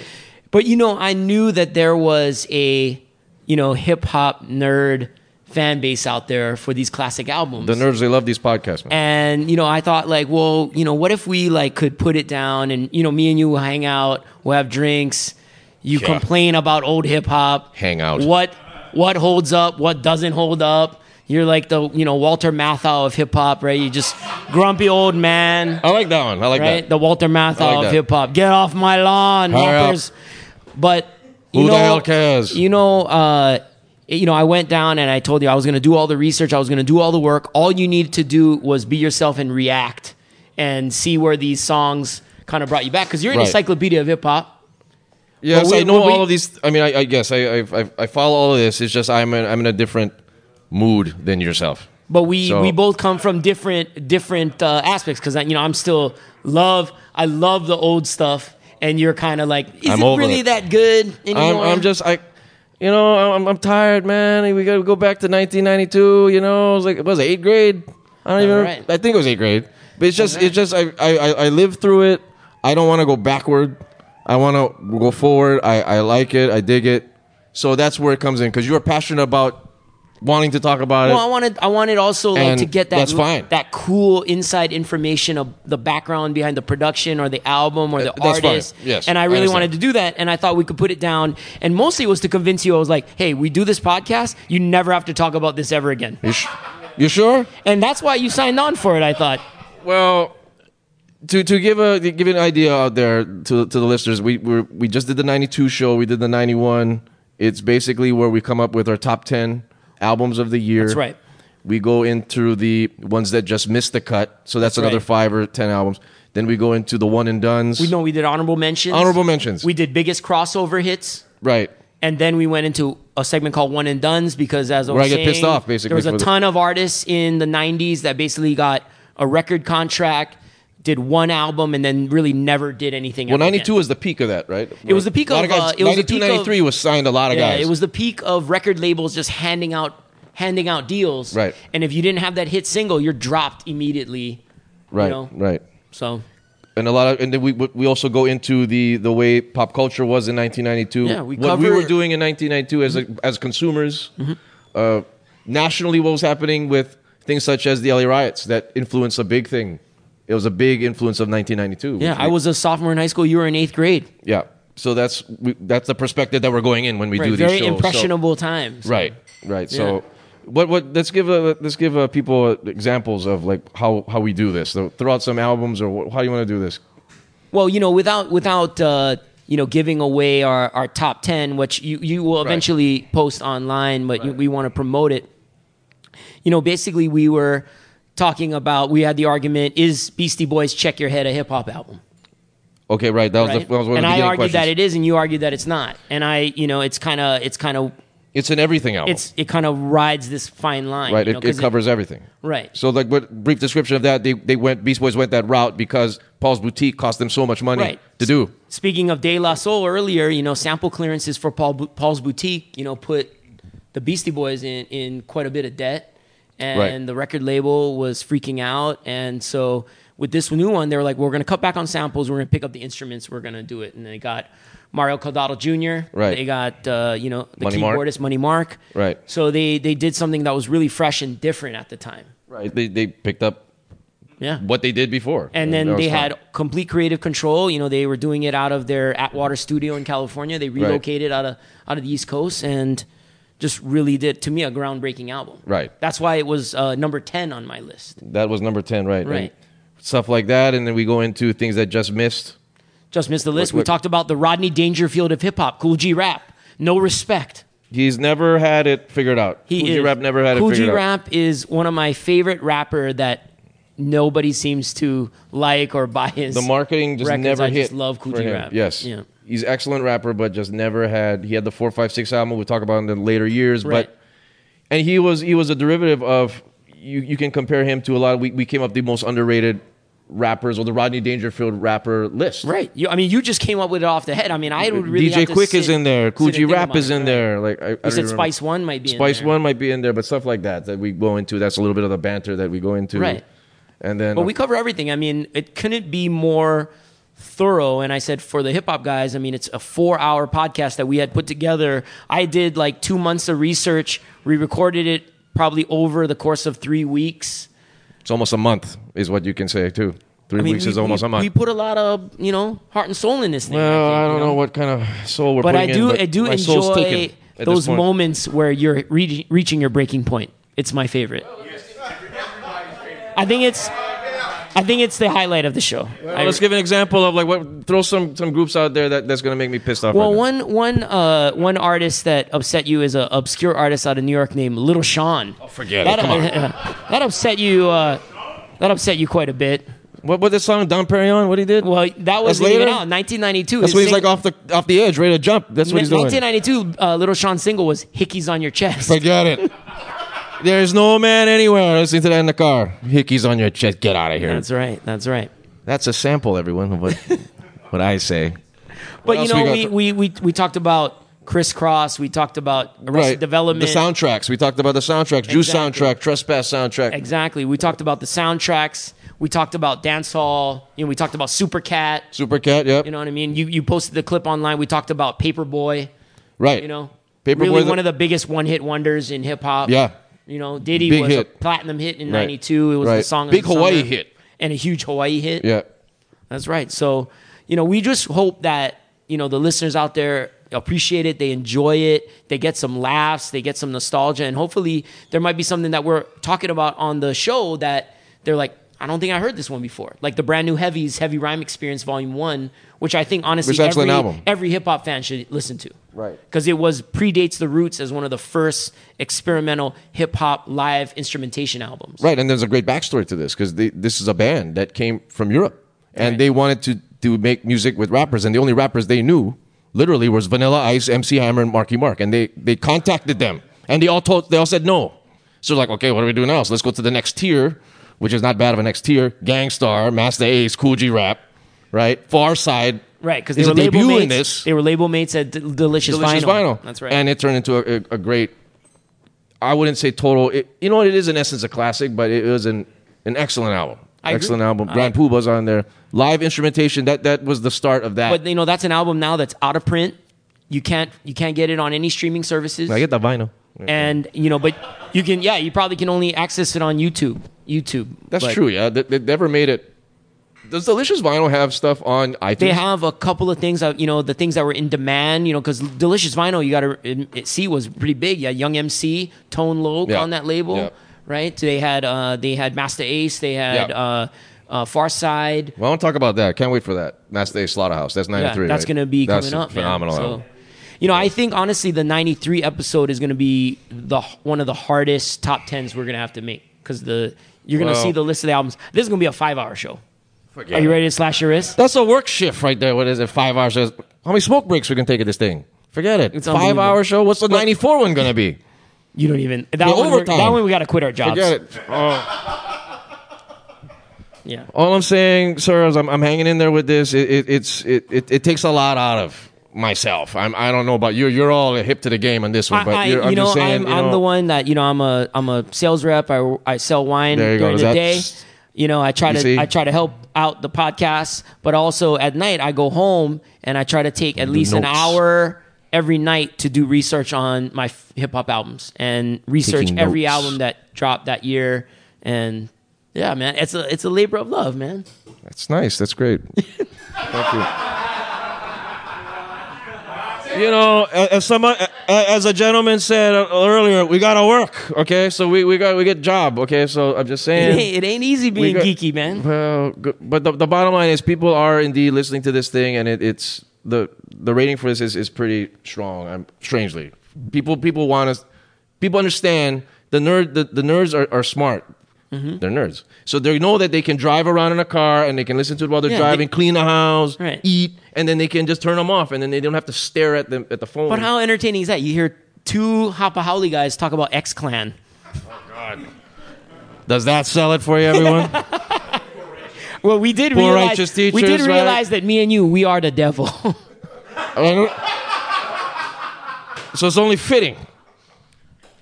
S5: but you know, I knew that there was a you know hip hop nerd fan base out there for these classic albums.
S3: The nerds, they love these podcasts, man.
S5: And you know, I thought like, well, you know, what if we like could put it down and you know, me and you will hang out, we'll have drinks, you
S3: Yeah.
S5: complain about old hip hop,
S3: Hang out.
S5: What what holds up, what doesn't hold up. You're like the you know Walter Matthau of hip hop, right? You just grumpy old man,
S3: I like that one. I like
S5: right?
S3: that.
S5: The Walter
S3: I
S5: Matthau
S3: like
S5: of
S3: that.
S5: hip hop. Get off my lawn,
S3: Hurry up.
S5: Walters. But you
S3: Who
S5: know,
S3: the hell cares?
S5: You know, uh, you know, I went down and I told you I was going to do all the research. I was going to do all the work. All you needed to do was be yourself and react and see where these songs kind of brought you back because you're an
S3: Right.
S5: encyclopedia of hip hop.
S3: Yes,
S5: But we-
S3: I know
S5: but we-
S3: all of these. I mean, I, I guess I, I I- I follow all of this. It's just I'm in, I'm in a different mood than yourself.
S5: But we
S3: So-
S5: we both come from different different uh, aspects because you know I'm still love I love the old stuff and you're kind of like is
S3: I'm
S5: it
S3: over
S5: really
S3: it.
S5: that good
S3: I'm,
S5: anymore?
S3: I'm just I, you know, I'm I'm tired, man. We gotta go back to 1992. You know, it was like it was it, eighth grade. I don't even.
S5: Alright.
S3: I think it was eighth grade. But it's just it's just I I I, I lived through it. I don't want to go backward. I want to go forward. I I like it. I dig it. So that's where it comes in because you are passionate about wanting to talk about
S5: Well, I
S3: it.
S5: wanted I wanted also like
S3: And
S5: to get that
S3: that's fine.
S5: that cool inside information of the background behind the production or the album or the
S3: that's fine.
S5: artist.
S3: Yes,
S5: and I
S3: I
S5: really
S3: understand.
S5: wanted to do that, and I thought we could put it down. And mostly it was to convince you. I was like, hey, we do this podcast. You never have to talk about this ever again.
S3: You, sh- you sure?
S5: And that's why you signed on for it. I thought.
S3: Well, to to give a to give an idea out there to to the listeners, we we we just did the '92 show. We did the '91. It's basically where we come up with our top ten albums of the year.
S5: That's right.
S3: We go into the ones that just missed the cut, so that's,
S5: That's
S3: another
S5: right.
S3: five or ten albums. Then we go into the one and duns.
S5: We know we did honorable mentions.
S3: Honorable mentions.
S5: We did biggest crossover hits.
S3: right.
S5: and then we went into a segment called One and Duns because as I was
S3: Where I get
S5: saying,
S3: pissed off, basically,
S5: there was a
S3: for the-
S5: ton of artists in the '90s that basically got a record contract, did one album, and then really never did anything.
S3: Well,
S5: ever
S3: '92
S5: again.
S3: was the peak of that, right?
S5: It was the peak
S3: a lot
S5: of,
S3: guys,
S5: uh, it was the
S3: 92,
S5: peak of-
S3: 93 was signed a lot of
S5: yeah,
S3: guys.
S5: it was the peak of record labels just handing out handing out deals,
S3: Right.
S5: And if you didn't have that hit single, you're dropped immediately.
S3: right,
S5: know.
S3: right.
S5: So
S3: and a lot of and then we we also go into the the way pop culture was in 1992
S5: Yeah, we
S3: what we
S5: cover- Mm-hmm.
S3: were doing in 1992 as a, as consumers uh, nationally what was happening with things such as the LA riots that influenced a big thing it was a big influence of 1992
S5: yeah,
S3: which
S5: I
S3: we-
S5: was a sophomore in high school. You were in eighth grade.
S3: yeah so that's we, that's the perspective that we're going in when we
S5: Right,
S3: do these
S5: very
S3: shows So-
S5: impressionable times.
S3: right right so what what let's give uh let's give uh people examples of like how how we do this so throw out some albums or wh- how do you want to do this
S5: Well, you know, without without uh, you know giving away our, our top ten, which you, you will eventually post online, but you, we want to promote it. You know, basically, we were talking about we had the argument: is Beastie Boys "Check Your Head" a hip hop album?
S3: okay right that was
S5: Right?
S3: the that was one
S5: and
S3: of the
S5: I
S3: beginning
S5: argued
S3: questions.
S5: that it is, and you argued that it's not. And I, you know, it's kind of it's kind of
S3: It's an everything album.
S5: it's it kind of rides this fine line,
S3: right.
S5: you
S3: It-
S5: know,
S3: it,
S5: 'cause
S3: covers everything.
S5: right.
S3: So like, what brief description of that? They they went Beast Boys went that route because Paul's Boutique cost them so much money
S5: Right.
S3: to do.
S5: Speaking of De La Soul earlier, you know, sample clearances for Paul, Paul's Boutique, you know, put the Beastie Boys in, in quite a bit of debt. And
S3: Right.
S5: the record label was freaking out. And so with this new one, they were like, we're going to cut back on samples. We're going to pick up the instruments. We're going to do it. And they got Mario Caldado Jr.
S3: Right.
S5: They got, uh, you know, the
S3: Money Mark.
S5: keyboardist Money Mark.
S3: Right.
S5: So they, they did something that was really fresh and different at the time.
S3: Right. They they picked up
S5: Yeah.
S3: what they did before,
S5: And then
S3: that was
S5: they
S3: fine.
S5: had complete creative control. You know, they were doing it out of their Atwater studio in California. They relocated out of out of the East Coast and just really did to me a groundbreaking album.
S3: Right.
S5: That's why it was uh, number ten on my list.
S3: that was number ten, right?
S5: Right.
S3: And stuff like that, and then we go into things that just missed.
S5: Just missed the list. we
S3: what-
S5: talked about the Rodney Dangerfield of hip hop, Cool G Rap, No Respect.
S3: He's never had it figured out.
S5: He
S3: Cool G
S5: is.
S3: Rap never had
S5: Cool
S3: it
S5: G
S3: figured out.
S5: Rap is one of my favorite rapper that nobody seems to like or buy his
S3: The marketing just
S5: records.
S3: never
S5: I
S3: hit.
S5: Just love Cool
S3: for
S5: G
S3: him.
S5: Rap.
S3: Yes.
S5: Yeah.
S3: He's excellent rapper, but just never had. He had the four, five, six album we talk about in the later years,
S5: Right.
S3: but and he was he was a derivative of you. You can compare him to a lot. Of, we we came up the most underrated rappers or the Rodney Dangerfield rapper list.
S5: Right. You, I mean, you just came up with it off the head. I mean, I would really. have
S3: DJ
S5: to
S3: Quick is
S5: sit-
S3: in there.
S5: sit and
S3: Coogee
S5: think
S3: Rap
S5: about
S3: is
S5: it,
S3: in
S5: right.
S3: there. Like I, I
S5: You said
S3: remember-
S5: Spice One might be. in
S3: Spice
S5: there.
S3: One might be in there, but stuff like that that we go into. That's a little bit of the banter that we go into.
S5: Right.
S3: And then
S5: But we cover everything. I mean, it couldn't be more thorough. And I said for the hip hop guys, I mean, it's a four hour podcast that we had put together. I did like two months of research. We recorded it probably over the course of three weeks.
S3: it's almost a month is what you can say too. Three
S5: I mean,
S3: weeks
S5: we,
S3: is almost
S5: we,
S3: a month.
S5: We put a lot of you know heart and soul in this thing.
S3: well,
S5: I,
S3: Uh,
S5: think,
S3: I, don't
S5: you
S3: know? what kind of soul we're
S5: But I
S3: putting
S5: do,
S3: in.
S5: I do
S3: my soul's taken
S5: enjoy
S3: at
S5: those
S3: this point.
S5: moments where you're reach, reaching your breaking point. It's my favorite. I think it's, I think it's the highlight of the show.
S3: Well,
S5: I-
S3: let's give an example of like what. Throw some some groups out there that, that's gonna make me pissed off.
S5: Well,
S3: right now.
S5: one one uh, one artist that upset you is an obscure artist out of New York named Little Sean. Oh,
S3: forget
S5: that,
S3: it. Come on.
S5: (laughs) that upset you. Uh, that upset you quite a bit.
S3: What was this song Don Perignon? What he did?
S5: Well, that was
S3: That's
S5: even
S3: later?
S5: out 1992.
S3: that's
S5: His
S3: what he's
S5: sing-
S3: like off the off the edge, ready to jump. That's what he's doing.
S5: 1992, uh, Little Sean's single was "Hickey's on Your Chest."
S3: Forget it. There's no man anywhere. Listen to that in the car. Hickey's on your chest. Get out of here.
S5: that's right. That's right.
S3: That's a sample, everyone, of
S5: (laughs)
S3: what, what I say.
S5: But you
S3: else we
S5: know,
S3: got
S5: we,
S3: for-
S5: we, we, we talked about crisscross. We talked about Arrested Development.
S3: The soundtracks. We talked about the soundtracks. Juice
S5: Exactly.
S3: soundtrack, Trespass soundtrack.
S5: exactly. We talked about the soundtracks. We talked about dancehall. You know, we talked about Supercat.
S3: Supercat, yep.
S5: You know what I mean? You you posted the clip online. We talked about Paperboy.
S3: right.
S5: You know,
S3: Paperboy
S5: really
S3: the-
S5: one of the biggest one hit wonders in hip hop.
S3: Yeah.
S5: You know, Diddy
S3: Big
S5: was a
S3: hit.
S5: platinum hit in
S3: Right.
S5: '92. It was the
S3: Right.
S5: song. of
S3: Big
S5: the summer.
S3: Hawaii hit.
S5: and a huge Hawaii hit.
S3: Yeah.
S5: That's right. So, you know, we just hope that, you know, the listeners out there appreciate it, they enjoy it, they get some laughs, they get some nostalgia, and hopefully there might be something that we're talking about on the show that they're like, I don't think I heard this one before. Like the brand new Heavies, Heavy Rhyme Experience Volume 1, which I think honestly
S3: Which is actually
S5: every,
S3: an album.
S5: every hip hop fan should listen to.
S3: Right.
S5: Because it was predates the roots as one of the first experimental hip hop live instrumentation albums.
S3: Right. And there's a great backstory to this because this is a band that came from Europe and
S5: Right.
S3: they wanted to, to make music with rappers. And the only rappers they knew literally was Vanilla Ice, MC Hammer, and Marky Mark. And they, they contacted them and they all, told, they all said no. So, like, okay, what do we do now? So, let's go to the next tier, which is not bad of a next tier Gangstar, Master Ace, Cool G Rap, right? Far Side.
S5: Right, because they
S3: is
S5: were
S3: a
S5: label
S3: debut
S5: mates.
S3: in this.
S5: They were label mates at D- Delicious,
S3: Delicious
S5: Vinyl.
S3: vinyl.
S5: That's right.
S3: And it turned into a, a, a great. I wouldn't say total. It, you know what? It is in essence a classic, but it was an an excellent album.
S5: I agree.
S3: excellent album.
S5: I-
S3: Grand Pooba's on there. Live instrumentation. That that was the start of that.
S5: but you know, that's an album now that's out of print. You can't you can't get it on any streaming services.
S3: I get the vinyl.
S5: And you know, but you can yeah, you probably can only access it on YouTube. YouTube.
S3: That's
S5: But
S3: true. Yeah, they, they never made it. Does Delicious Vinyl have stuff on iTunes?
S5: They have a couple of things that you know the things that were in demand. You know, because Delicious Vinyl, you got to see was pretty big. Yeah, Young MC, Tone Loc
S3: Yeah.
S5: on that label,
S3: Yeah.
S5: right? They had uh, they had Master Ace, they had
S3: Yeah.
S5: uh, uh, Far Side.
S3: Well, I want to talk about that. Can't wait for that. Master Day Slaughterhouse. That's ninety
S5: Yeah,
S3: three.
S5: that's
S3: right?
S5: going to be
S3: That's
S5: coming
S3: a
S5: up. man.
S3: Phenomenal. album.
S5: So, you know, I think honestly, the '93 episode is going to be the one of the hardest top tens we're going to have to make because the you're going to
S3: Well-
S5: see the list of the albums. This is going to be a five-hour show. Are you ready to slash your wrist?
S3: That's a work shift right there. What is it? Five hours. How many smoke breaks we can take at this thing? Forget it.
S5: It's
S3: Five hour
S5: unbelievable.
S3: show. What's the ninety four one gonna be?
S5: You don't even that
S3: Well,
S5: one. we're-
S3: overtime.
S5: That one we got to quit our jobs.
S3: Forget it.
S5: Yeah.
S3: All I'm saying, sir, is I'm, I'm hanging in there with this. It, it, it's it, it, it takes a lot out of myself. I'm I don't know about you. You're all hip to the game on this one,
S5: I,
S3: but
S5: I,
S3: you're, I'm
S5: you know,
S3: just saying.
S5: I'm,
S3: you
S5: I'm
S3: know,
S5: the one that you know I'm a I'm a sales rep. I, I sell wine
S3: There you go.
S5: during the day.
S3: That's-
S5: You know, I try
S3: You
S5: to
S3: see?
S5: I try to help out the podcast, but also at night I go home and I try to take at least an
S3: notes.
S5: hour every night to do research on my hip hop albums and research
S3: Taking
S5: every
S3: notes.
S5: album that dropped that year. And yeah, man, it's a it's a labor of love, man.
S3: That's nice. That's
S5: (laughs)
S3: great. Thank you. You know, a- as someone, a- a- as a gentleman said earlier, we gotta work. Okay, so we, we got we get job. Okay, so I'm just
S5: It
S3: saying.
S5: ain't, it ain't easy
S3: We
S5: being
S3: got-
S5: geeky, man.
S3: Well, go- but the, the bottom line is people are indeed listening to this thing, and it, it's the the rating for this is, is pretty strong. I'm strangely people people want us people understand the nerd the, the nerds are, are smart.
S5: Mm-hmm.
S3: They're nerds, so they know that they can drive around in a car and they can listen to it while they're
S5: Yeah,
S3: driving,
S5: they-
S3: clean the house,
S5: Right.
S3: eat, and then they can just turn them off, and then they don't have to stare at the at the phone.
S5: But how entertaining is that? You hear two Hapa Howley guys talk about X Clan. (laughs)
S3: does that sell it for you, everyone?
S5: Well, we did
S3: Poor
S5: realize
S3: righteous
S5: we did
S3: teachers, right?
S5: realize that me and you, we are the devil. (laughs)
S3: So it's only fitting.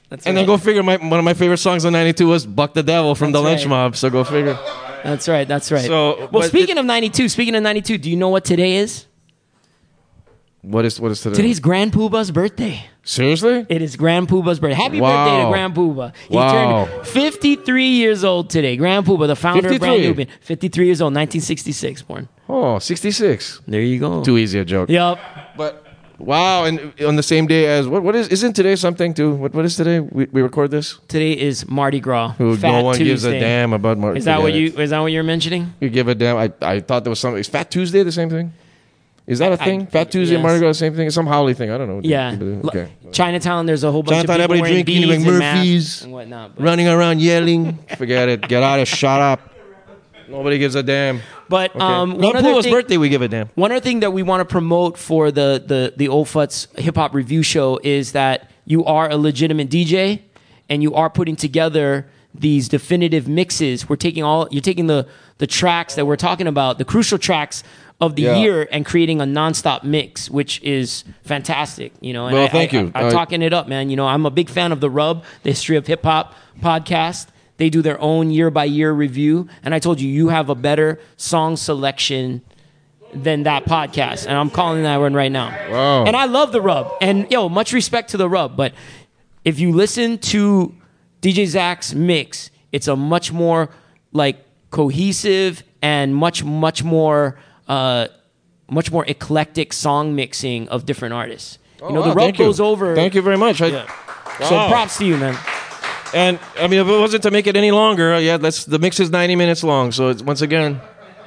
S5: That's
S3: And
S5: right.
S3: then go figure. My, one of my favorite songs in '92 was "Buck the Devil" from the
S5: That's
S3: Lynch
S5: right.
S3: Mob. So go figure.
S5: That's right. That's right.
S3: So,
S5: well,
S3: but
S5: speaking of '92, speaking of '92, do you know what today is?
S3: What is what is today?
S5: Today's Grand Pooba's birthday.
S3: seriously.
S5: It is Grand Pooba's birthday. Happy
S3: Wow.
S5: birthday to Grand Pooba. He
S3: Wow.
S5: turned 53 years old today. Grand Pooba, the founder of Brand
S3: 53.
S5: New Bean. 53 years old, 1966 born.
S3: Oh, 66.
S5: There you go.
S3: Too easy a joke.
S5: Yep.
S3: But wow, and on the same day as what what is isn't today something too? What what is today? We, we record this.
S5: Today is Mardi Gras.
S3: Who
S5: Fat
S3: no one gives a
S5: Tuesday.
S3: damn about Martin.
S5: Is that what you? Is that what you're mentioning?
S3: You give a damn. I, I thought there was something. Is Fat Tuesday the same thing? Is that a
S5: I-
S3: thing? Fat Tuesday,
S5: yes.
S3: Mardi Gras, same thing? It's some Howley thing. I don't know.
S5: Yeah.
S3: Okay.
S5: L- Chinatown. There's a whole bunch
S3: Chinatown,
S5: of people
S3: everybody
S5: wearing
S3: drinking,
S5: beads
S3: doing
S5: and masks
S3: Murphy's.
S5: and whatnot. But,
S3: Running around yelling. Forget it. Get out of. Shut up. Nobody gives a damn.
S5: but
S3: Okay.
S5: um,
S3: Not
S5: one other
S3: Pooh's
S5: thing-
S3: birthday. We give a damn.
S5: One other thing that we want to promote for the the the Old Futs Hip Hop Review Show is that you are a legitimate DJ, and you are putting together these definitive mixes. We're taking all you're taking the the tracks that we're talking about, the crucial tracks of the
S3: Yeah.
S5: year, and creating a nonstop mix, which is fantastic. You know, and
S3: Well,
S5: I-
S3: thank
S5: I-
S3: you.
S5: I, am
S3: I-
S5: talking it up, man. You know, I'm a big fan of the Rub, the History of Hip Hop podcast. They do their own year by year review, and I told you you have a better song selection than that podcast. And I'm calling that one right now.
S3: Wow.
S5: And I love the rub. And yo, much respect to the rub. But if you listen to DJ Zach's mix, it's a much more like cohesive and much, much more uh much more eclectic song mixing of different artists. you know,
S3: Oh, wow,
S5: the rub
S3: thank you.
S5: goes over.
S3: Thank you very much. I,
S5: Yeah. So props to you, man.
S3: And I mean, if it wasn't to make it any longer, uh, yeah, that's the mix is 90 minutes long. So it's once again.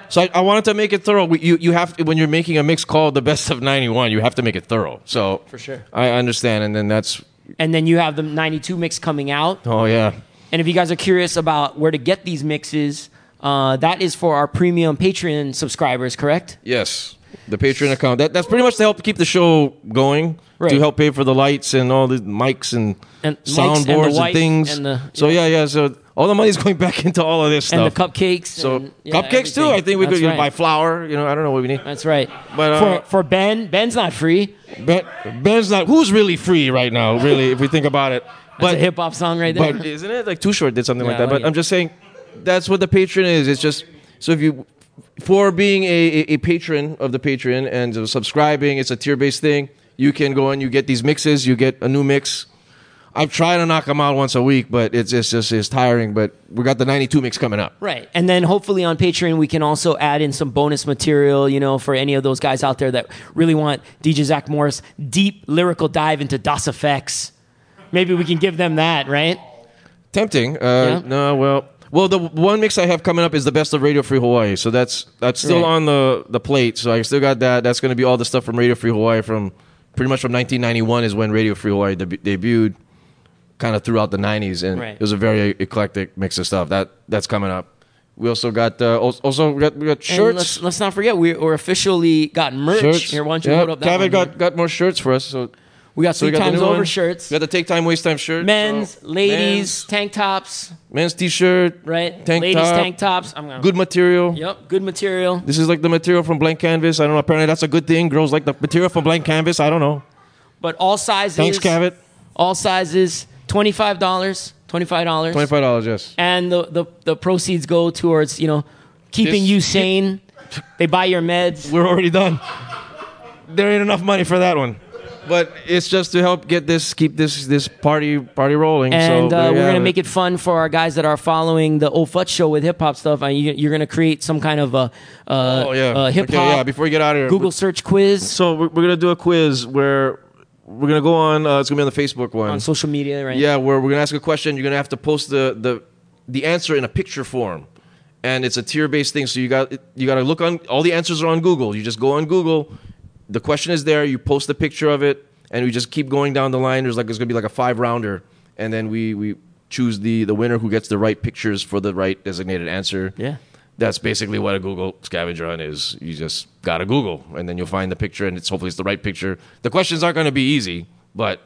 S3: So I, I wanted to make it thorough. We, you, you have to, when you're making a mix called the best of 91, you have to make it thorough. So for
S5: sure.
S3: I understand. And then that's
S5: And then you have the 92 mix coming out.
S3: oh yeah,
S5: And if you guys are curious about where to get these mixes, uh, that is for our premium Patreon subscribers, correct?
S3: yes, the Patreon account. That, that's pretty much to help keep the show going.
S5: Right.
S3: To help pay for the lights and all the mics and,
S5: And mics and the
S3: soundboards and,
S5: wife
S3: things.
S5: and the-
S3: so yeah, yeah. So all the money's (laughs) going back into all of this
S5: And
S3: stuff.
S5: the cupcakes.
S3: so
S5: and, yeah,
S3: cupcakes too.
S5: everything.
S3: I think we
S5: That's
S3: could you know,
S5: right.
S3: buy flour. You know, I don't know what we need.
S5: That's right.
S3: But, uh,
S5: for, for Ben, Ben's not free.
S3: Ben, Ben's not. Who's really free right now? Really, if we think about it.
S5: That's a
S3: But
S5: hip hop song right there.
S3: but isn't it like Too Short did something
S5: Yeah,
S3: like that?
S5: I
S3: But
S5: like
S3: I'm
S5: it.
S3: just saying, that's what the patron is. It's just so if you for being a, a, a patron of the patron and of subscribing, it's a tier based thing. You can go and you get these mixes. You get a new mix. I've tried to knock them out once a week, but it's it's just it's tiring. But we got the '92 mix coming up.
S5: Right. And then hopefully on Patreon, we can also add in some bonus material, you know, for any of those guys out there that really want DJ Zach Morris deep lyrical dive into DOS effects. Maybe we can give them that, right?
S3: Tempting.
S5: Yeah.
S3: Uh, No, well, well, the one mix I have coming up is the best of Radio Free Hawaii. So that's that's still
S5: Right.
S3: on the the plate. So I still got that. That's going to be all the stuff from Radio Free Hawaii from pretty much from 1991 is when Radio Free Hawaii deb- debuted, kind of throughout the 90s, and
S5: Right.
S3: it was a very eclectic mix of stuff. That that's coming up. We also got uh, al- also we got we got
S5: And
S3: shirts.
S5: Let's, let's not forget, we, we're officially got merch.
S3: Shirts.
S5: Here, why don't you
S3: Yeah,
S5: hold up that
S3: Kevin
S5: one
S3: got
S5: here.
S3: got more shirts for us. So
S5: We got
S3: so
S5: three
S3: we got the
S5: times
S3: new
S5: over
S3: one.
S5: shirts.
S3: We got the take time waste time shirt.
S5: men's,
S3: so-
S5: ladies,
S3: men's,
S5: tank tops,
S3: men's t-shirt,
S5: right?
S3: Tank
S5: ladies,
S3: top,
S5: tank tops. I'm gonna,
S3: Good material.
S5: Yep, good material.
S3: This is like the material from blank canvas. I don't know. Apparently, that's a good thing. Girls like the material from blank canvas. I don't know.
S5: But all sizes.
S3: Thanks, Cavett.
S5: All sizes. Twenty-five dollars. Twenty-five dollars.
S3: Twenty-five dollars. Yes.
S5: And the, the the proceeds go towards you know keeping
S3: This-
S5: you sane. they buy your meds.
S3: We're already done. There ain't enough money for that one. But it's just to help get this, keep this this party party rolling.
S5: And
S3: so,
S5: uh, we're gonna make it fun for our guys that are following the old Futz show with hip hop stuff. And you, you're gonna create some kind of a, uh,
S3: Oh yeah.
S5: uh, hip hop
S3: Okay, yeah. Before you get out of here,
S5: Google search quiz
S3: So we're, we're gonna do a quiz where we're gonna go on. Uh, it's gonna be on the Facebook one.
S5: on social media, right?
S3: Yeah, where we're gonna ask a question. You're gonna have to post the the the answer in a picture form, and it's a tier based thing. So you got you got to look on. All the answers are on Google. You just go on Google. The question is there. You post a picture of it, and we just keep going down the line. There's like it's gonna be like a five rounder, and then we we choose the the winner who gets the right pictures for the right designated answer.
S5: Yeah.
S3: That's basically what a Google scavenger hunt is. You just gotta Google, and then you'll find the picture, and it's hopefully it's the right picture. The questions aren't gonna be easy, but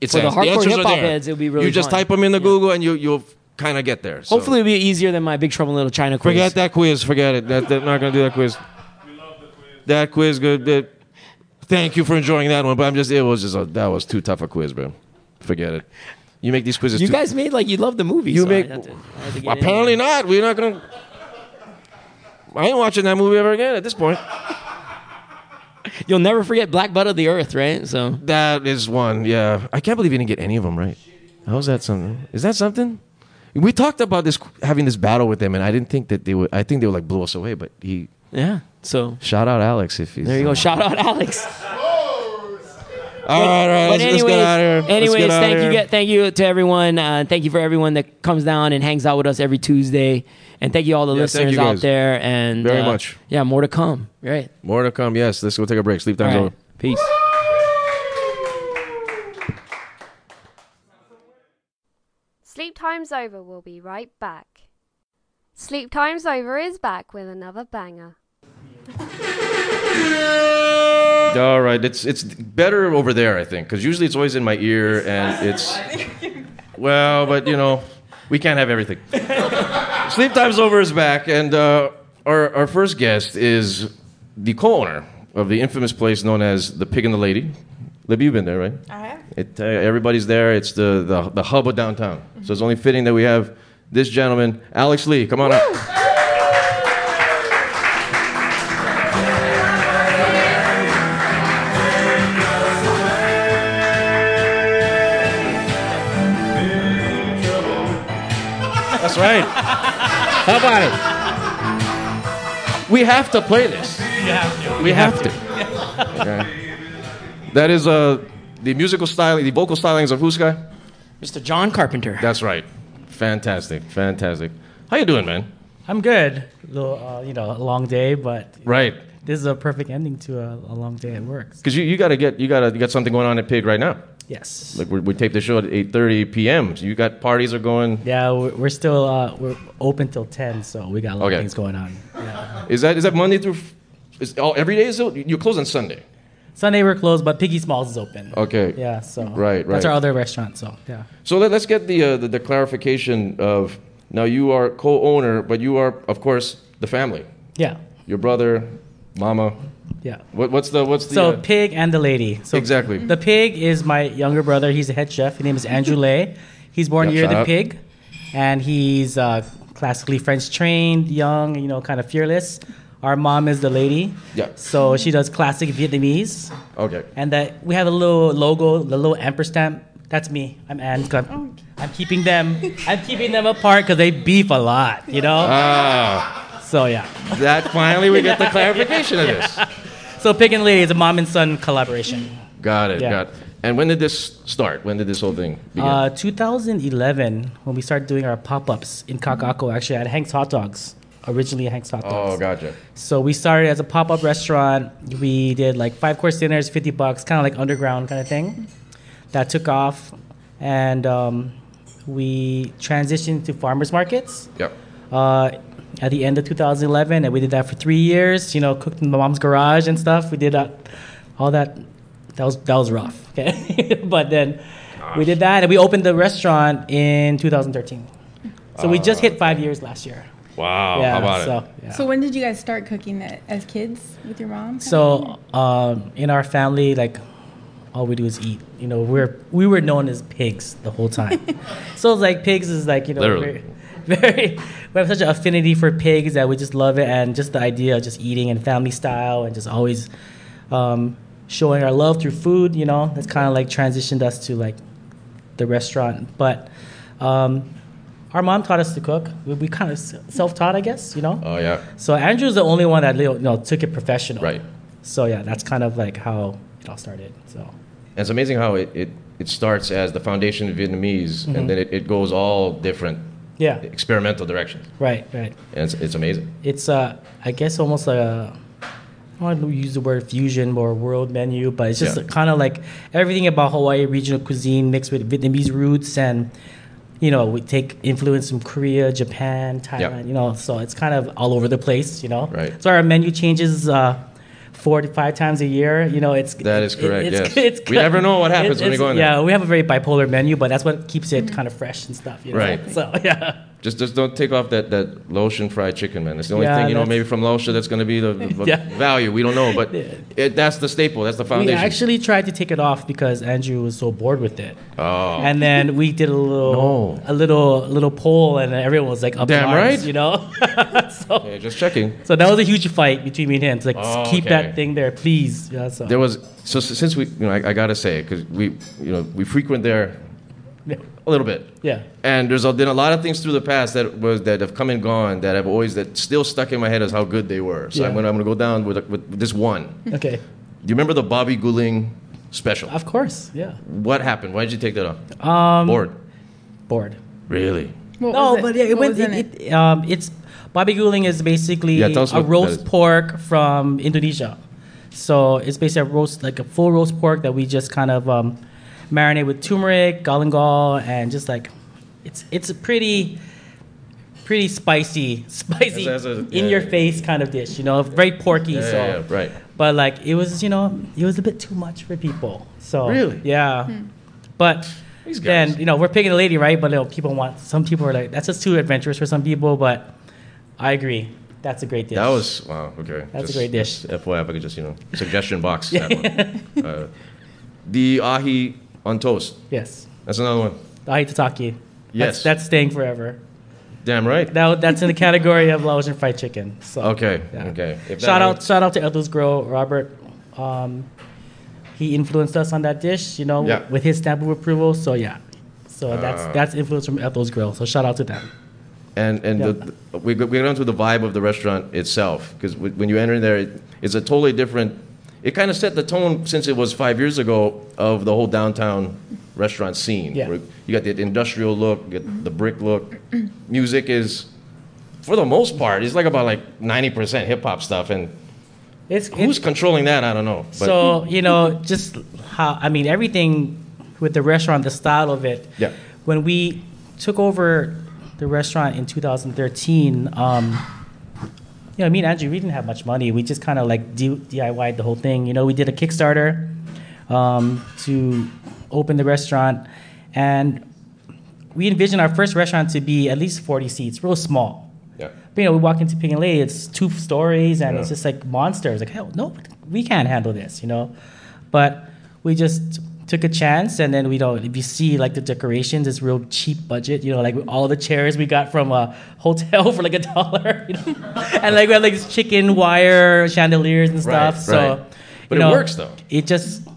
S3: it's
S5: For the
S3: ans-
S5: hardcore
S3: answers are
S5: hip-hop
S3: there.
S5: heads, it'll be really
S3: You just
S5: fun.
S3: type them in the Google, and you you'll kind of get there. So.
S5: Hopefully, it'll be easier than my Big Trouble in Little China quiz.
S3: Forget that quiz. Forget it. That, that, not going to do that quiz. That quiz, good. That, thank you for enjoying that one. But I'm just, it was just, a, that was too tough a quiz, bro. Forget it. You make these quizzes
S5: You
S3: too.
S5: guys made like you love the movie.
S3: You
S5: so I
S3: make-
S5: had to- I had to get in
S3: Apparently
S5: there.
S3: not. We're not going to. I ain't watching that movie ever again at this point.
S5: You'll never forget Black Butt of the Earth, right? So
S3: That is one, yeah. I can't believe you didn't get any of them right. How's that something? Is that something? We talked about this having this battle with them, and I didn't think that they would. I think they would like blow us away, but he
S5: yeah. So
S3: shout out Alex if he's
S5: there you go. Shout out Alex.
S3: All right, all right.
S5: but
S3: let's,
S5: anyways,
S3: let's get out of here. Let's
S5: anyways,
S3: get out
S5: thank
S3: of
S5: you,
S3: here.
S5: get, thank you to everyone. Uh, thank you for everyone that comes down and hangs out with us every Tuesday, and thank you all the
S3: Yeah, thank
S5: listeners
S3: you
S5: out
S3: guys.
S5: there. And
S3: Very
S5: uh,
S3: much.
S5: Yeah, more to come. Right.
S3: More to come. Yes, let's go take a break. Sleep
S5: All
S3: time's
S5: right.
S3: over.
S5: Peace.
S7: Sleep Time's Over will be right back. Sleep Time's Over is back with another banger.
S3: All right, it's it's better over there, I think, because usually it's always in my ear,
S4: (laughs)
S3: and it's well, but you know, we can't have everything. Sleep time's over is back, and uh, our our first guest is the co-owner of the infamous place known as the Pig and the Lady. Libby, you've been there, right?
S4: I have.
S3: It, uh, everybody's there. It's the, the the hub of downtown, so it's only fitting that we have this gentleman, Alex Lee. Come on up. That's right. How about it? We have to play this. We have to. (laughs) Okay. That is uh, the musical styling, the vocal stylings of who's guy?
S5: Mr. John Carpenter.
S3: That's right. Fantastic, fantastic. How you doing, man?
S8: I'm good. Little, uh, you know, a long day, but
S3: Right,
S8: this is a perfect ending to a, a long day at work.
S3: because you, you gotta get you gotta you got something going on at Pig right now.
S8: Yes.
S3: Like we're, we tape the show at 8:30 p.m. So you got parties are going.
S8: Yeah, we're, we're still uh, we're open till ten, so we got a lot
S3: Okay.
S8: of things going on. Yeah.
S3: Is that is that Monday through? f- Is all every day is it? You close on Sunday.
S8: Sunday we're closed, but Piggy Smalls is open.
S3: Okay.
S8: Yeah. So
S3: Right, right.
S8: That's our other restaurant. So yeah.
S3: So let, us get the, uh, the the clarification of now you are co-owner, but you are of course the family,
S8: Yeah.
S3: your brother, mama.
S8: Yeah.
S3: What, what's the what's the
S8: So
S3: uh,
S8: pig and the lady. So
S3: Exactly.
S8: The pig is my younger brother. He's a head chef. His name is Andrew Lay. He's born
S3: Yeah,
S8: year of
S3: shout
S8: the
S3: out.
S8: pig, and he's uh, classically French trained, young, you know, kind of fearless. Our mom is the lady.
S3: Yeah.
S8: So she does classic Vietnamese,
S3: uh, okay?
S8: and that we have a little logo, the little emperor stamp. That's me. I'm Anne. I'm, I'm keeping them. I'm keeping them apart because they beef a lot, you know.
S3: Ah,
S8: So yeah.
S3: that finally we get the clarification of this.
S8: So pig and lady is a mom and son collaboration.
S3: Got it.
S8: Yeah.
S3: Got. It. And when did this start? When did this whole thing begin?
S8: Uh, 2011, when we started doing our pop-ups in Kakako, actually at Hank's Hot Dogs, originally at Hank's Hot Dogs.
S3: oh, gotcha.
S8: So we started as a pop-up restaurant. We did like five-course dinners, 50 bucks, kind of like underground kind of thing. That took off, and um, we transitioned to farmers markets
S3: Yep.
S8: uh, at the end of 2011, and we did that for three years. You know, cooked in my mom's garage and stuff. We did that, all that. That was that was rough. (laughs) Okay, but then we did that, and we opened the restaurant in 2013. So we just hit five years last year.
S3: Wow.
S8: yeah.
S3: Ah. Oh, how about
S8: so
S3: it?
S8: yeah.
S4: So when did you guys start cooking that as kids with your mom?
S8: So um, in our family, like all we do is eat. You know, we're we were known as pigs the whole time. so it's like pigs is like you know
S3: Literally.
S8: very, very we have such an affinity for pigs that we just love it and just the idea of just eating and family style and just always um, showing our love through food. You know, that's kind of like transitioned us to like the restaurant, but. Um, our mom taught us to cook. We, we kind of self-taught, I guess, you know.
S3: Oh yeah.
S8: So Andrew's the only one that you know took it professional.
S3: Right.
S8: So yeah, that's kind of like how it all started. So
S3: And it's amazing how it, it, it starts as the foundation of Vietnamese,
S8: Mm-hmm.
S3: and then it, it goes all different
S8: yeah,
S3: experimental directions.
S8: right, right.
S3: And it's, it's amazing.
S8: It's uh, I guess almost like a. I don't want to use the word fusion or world menu, but it's just
S3: Yeah.
S8: kind of like everything about Hawaii regional cuisine mixed with Vietnamese roots, and you know we take influence from Korea, Japan, Thailand. You know, so it's kind of all over the place. You know,
S3: Right.
S8: So our menu changes uh, four to five times a year. You know, it's
S3: That is correct, yes.
S8: It's, it's
S3: We never know
S8: (laughs)
S3: what happens when we
S8: it's-
S3: go in there.
S8: Yeah, we have a very bipolar menu, but that's what keeps it kind of fresh and stuff. You know?
S3: Right.
S8: So (laughs) yeah,
S3: Just, just don't take off that, that lotion fried chicken, man. It's the only
S8: Yeah,
S3: thing, you know,
S8: that's-
S3: maybe from Lotion that's going to be the,
S8: (laughs)
S3: the
S8: Yeah.
S3: value. We don't know, but it, that's the staple. That's the
S8: we
S3: foundation.
S8: actually tried to take it off because Andrew was so bored with it.
S3: oh.
S8: And then we did a little,
S3: No.
S8: a little, little poll, and everyone was like, up in
S3: Damn
S8: arms,
S3: right.
S8: you know. (laughs) so,
S3: Okay, just checking.
S8: so that was a huge fight between me and him. It's like,
S3: Oh,
S8: keep
S3: okay.
S8: that thing there, please. Yeah, so.
S3: There was, so s- since we, you know, I, I got to say, because we, you know, we frequent there
S8: Yeah.
S3: a little bit.
S8: yeah.
S3: And there's a, been a lot of things through the past that was that have come and gone that I've always that still stuck in my head as how good they were. So
S8: Yeah.
S3: I'm gonna I'm gonna go down with, with this one. Do
S8: Okay.
S3: you remember the Bobby Gouling special?
S8: Of course. Yeah.
S3: What happened? Why did you take that off? Um, Bored.
S8: Bored.
S3: Really?
S4: What
S8: No,
S4: was it?
S8: but yeah,
S4: What
S8: it went.
S4: was in
S8: It, it, um, it's Bobby Guling is basically
S3: Yeah, tell us
S8: a
S3: what that
S8: roast
S3: is.
S8: pork from Indonesia. So it's basically a roast, like a full roast pork that we just kind of um, marinate with turmeric, galangal, and just like it's it's a pretty pretty spicy, (laughs) spicy,
S3: That's- that's a- yeah,
S8: in your
S3: yeah.
S8: face kind of dish. You know, very porky.
S3: Yeah,
S8: so,
S3: yeah, yeah, right.
S8: but like it was, you know, it was a bit too much for people. So
S3: Really?
S8: yeah,
S4: Hmm.
S8: but
S3: These guys.
S8: then you know we're picking a lady, right? But you know, people want some people are like that's just too adventurous for some people. But I agree, that's a great dish.
S3: That was wow. Okay.
S8: That's a great dish.
S3: just FYI, if I could just you know suggestion
S8: (laughs)
S3: box that one. Uh, the ahi on toast.
S8: yes,
S3: That's another one.
S8: the aitataki.
S3: Yes.
S8: that's, that's staying forever.
S3: Damn right.
S8: That, that's in the category of Laotian fried chicken. So
S3: Okay.
S8: yeah.
S3: Okay. If that
S8: shout out,
S3: works-
S8: shout out to Elders Grill, Robert. Um, he influenced us on that dish, you know,
S3: Yeah. Uh.
S8: with his stamp of approval. So yeah, so that's that's influence from Ethel's Grill. So shout out to them.
S3: and and
S8: Yeah.
S3: the, the- we go, we go down to the vibe of the restaurant itself because when you enter in there, it, it's a totally different. It kind of set the tone since it was five years ago of the whole downtown restaurant scene.
S8: Yeah.
S3: where you got the industrial look, you got the brick look. Music is, for the most part, it's like about like ninety percent hip hop stuff, and
S8: It's, it's
S3: who's controlling that? I don't know. But
S8: so you know just how i mean everything with the restaurant the style of it
S3: Yeah.
S8: when we took over the restaurant in 2013 um, you know me and andrew we didn't have much money we just kind of like D- diy the whole thing you know we did a kickstarter um, to open the restaurant and we envisioned our first restaurant to be at least 40 seats real small
S3: yeah,
S8: but, you know, we walk into Ping and Lay, it's two stories and it's
S3: Yeah.
S8: just like monsters. Like, hell, no, we can't handle this, you know? But we just took a chance and then we don't, if you see like the decorations, it's real cheap budget, you know, like all the chairs we got from a hotel (laughs) for like a dollar, you know? and like we had like this chicken wire chandeliers and stuff.
S3: Right,
S8: so,
S3: right.
S8: you
S3: But it
S8: know,
S3: works, though.
S8: It just,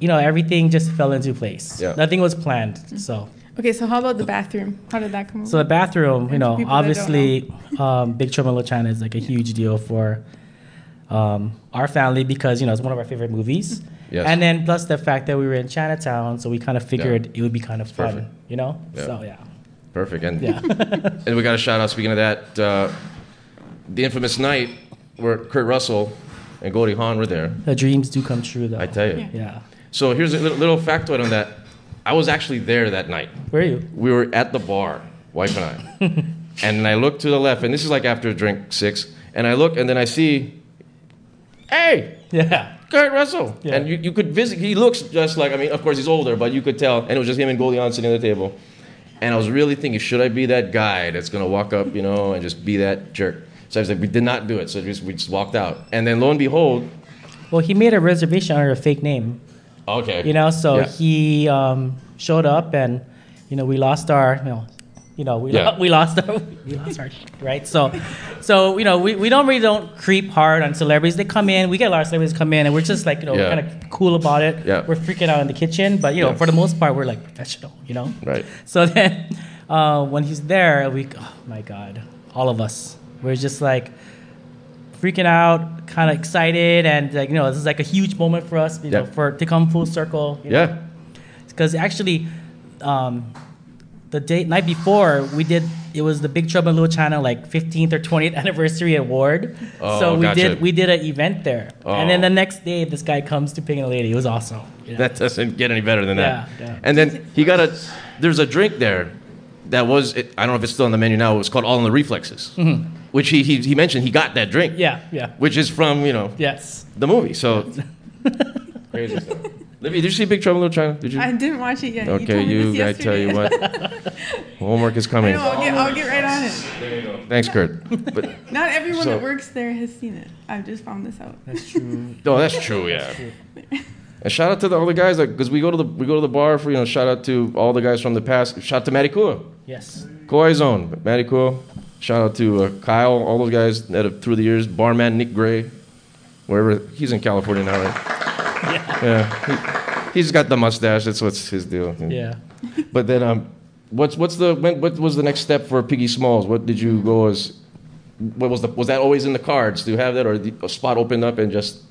S8: you know, everything just fell into place.
S3: Yeah.
S8: Nothing was planned. So,
S4: Okay, so how about the bathroom? How did that come?
S8: so the bathroom, you
S4: And
S8: know,
S4: people that don't
S8: obviously, (laughs) um, Big Trouble in Little China is like a huge deal for um, our family because you know it's one of our favorite movies.
S3: Yes.
S8: And then plus the fact that we were in Chinatown, so we kind of figured it would be kind of fun,
S3: perfect.
S8: you know.
S3: Yeah.
S4: (laughs)
S8: So yeah,
S3: perfect. And
S8: yeah,
S3: And we got a shout out. Speaking of that, uh, the infamous night where Kurt Russell and Goldie Hawn were there.
S8: the dreams do come true though.
S3: I tell you.
S8: yeah,
S3: So here's a little, little factoid on that. I was actually there that night.
S8: where are you? (laughs)
S3: We were at the bar, wife and I, and then I look to the left, and this is like after drink six, and I look, and then I see, hey,
S8: Yeah,
S3: Kurt Russell.
S8: Yeah.
S3: And you, you could visit, he looks just like, I mean, of course he's older, but you could tell. And it was just him and Goldie on sitting at the table. And I was really thinking, should I be that guy that's going to walk up, you know, and just be that jerk? So I was like, we did not do it. So just, we just walked out. And then lo and behold,
S8: well, he made a reservation under a fake name.
S3: okay.
S8: you know so
S3: Yeah.
S8: he um, showed up and you know we lost our you know you know we,
S3: Yeah.
S8: lo- (laughs) we lost our we lost our right so so you know we, we don't really don't creep hard on celebrities they come in we get a lot of celebrities come in and we're just like you know
S3: Yeah.
S8: kind of cool about it
S3: Yeah.
S8: we're freaking out in the kitchen but you know
S3: Yeah.
S8: for the most part we're like professional you know
S3: Right.
S8: so (laughs) then uh, when he's there we oh my god all of us we're just like freaking out kind of excited and like you know this is like a huge moment for us you know
S3: Yeah.
S8: for to come full circle you
S3: Yeah.
S8: because actually, um, the day night before we did it was the Big Trouble in Little China like 15th or 20th anniversary award.
S3: Oh,
S8: so we
S3: gotcha.
S8: did we did an event there, and then
S3: Oh.
S8: the next day this guy comes to Ping and Lady. It was awesome. you know?
S3: That doesn't get any better than that.
S8: Yeah, yeah.
S3: And then he got a, there's a drink there that was, it, I don't know if it's still on the menu now, it was called All in the Reflexes. which he, he, he mentioned he got that drink,
S8: Mm-hmm. Yeah, yeah,
S3: which is from, you know,
S8: yes.
S3: the movie. So, (laughs) crazy stuff. Libby, did you see Big Trouble in Little China? Did you?
S4: I didn't watch it yet. you
S3: okay,
S4: told me
S3: you,
S4: this
S3: I tell you
S4: yesterday.
S3: what, homework is
S4: I
S3: coming.
S4: know, I'll get, I'll get right on it.
S3: Thanks, Kurt. But,
S4: Not everyone
S3: So-
S4: that works there has seen it. I've just found this out.
S3: no, that's true, yeah. And shout out to the, all the guys, like, because we go to the we go to the bar for you know. Shout out to all the guys from the past. Shout out to Matty Cool.
S8: Yes.
S3: Koi Zone, Matty Cool. Shout out to uh, Kyle, all those guys that have, through the years. Barman Nick Gray, wherever he's in California now,
S4: (laughs)
S3: right? Yeah. He, has got the mustache. That's what's his deal.
S8: Yeah.
S3: (laughs) But then, um, what's what's the when, what was the next step for Piggy Smalls? What did you go as? What was the was that always in the cards? Do you have that, or the, a spot opened up and just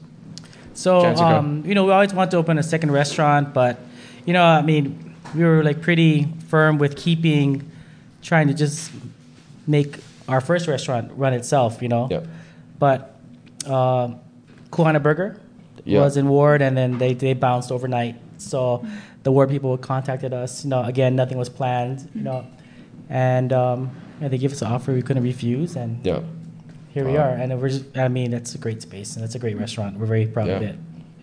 S8: So,
S3: Chance to go.
S8: um, you know, we always wanted to open a second restaurant, but, you know, I mean, we were like pretty firm with keeping, trying to just make our first restaurant run itself, you know?
S3: yeah?
S8: But uh, Kuhana Burger
S3: Yeah.
S8: was in Ward, and then they, they bounced overnight. So the Ward people contacted us. You know, again, nothing was planned. You know, and um, and they gave us an offer we couldn't refuse, and
S3: Yeah.
S8: here we
S3: Wow.
S8: are. And we're just, I mean, that's a great space, and that's a great restaurant. We're very proud of
S3: Yeah.
S8: it.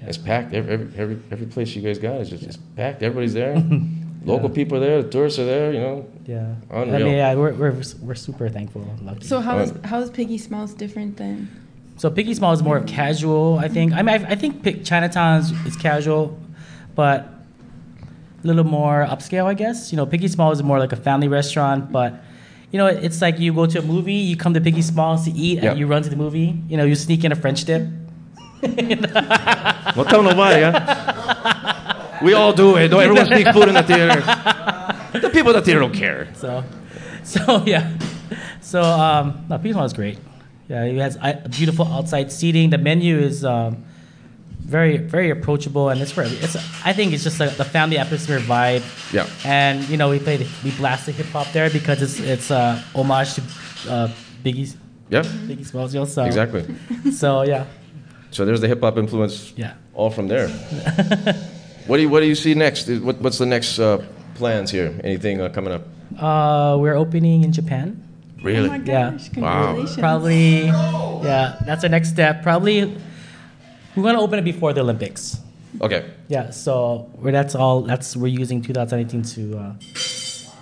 S3: It's packed. Every, every, every, every place you guys got is just it's packed. Everybody's there. (laughs) Local people are there. The tourists are there. You know,
S8: Yeah, I
S3: Unreal.
S8: mean, yeah, we're, we're, we're super thankful, and lucky.
S4: So how is
S3: Alright.
S4: how is Piggy Smells different than?
S8: So Piggy Small is more of casual, I think. I mean, I, I think Pig, Chinatown's is casual, but a little more upscale, I guess. You know, Piggy Small is more like a family restaurant, but you know, it's like you go to a movie, you come to Piggy Smalls to eat,
S3: Yeah.
S8: and you run to the movie. You know, you sneak in a French dip.
S3: Don't tell nobody, huh? We all do it. No, everyone sneaks food in the theater. The people in the theater don't care.
S8: So, (laughs) so yeah. So um, no, Pizza is great. Yeah, it has i- beautiful outside seating. The menu is um, very very approachable, and it's for it's. I think it's just like the family atmosphere vibe.
S3: (laughs) Yeah.
S8: And you know we played we blasted hip hop there because it's it's uh, homage to uh, Biggie's
S3: Yeah,
S8: Biggie Smalls. yo, So
S3: exactly.
S8: So yeah,
S3: So there's the hip hop influence.
S8: yeah.
S3: All from there. What do you What do you see next? Is- What, what's the next uh, plans here? Anything uh, coming up?
S8: Uh, we're opening in Japan.
S4: Oh
S3: Really?
S4: my
S8: Yeah.
S4: gosh!
S3: Wow.
S4: Congratulations.
S8: Probably. Yeah, that's our next step. Probably we're gonna open it before the Olympics.
S3: Okay.
S8: Yeah, so where that's all that's we're using 2018 to uh,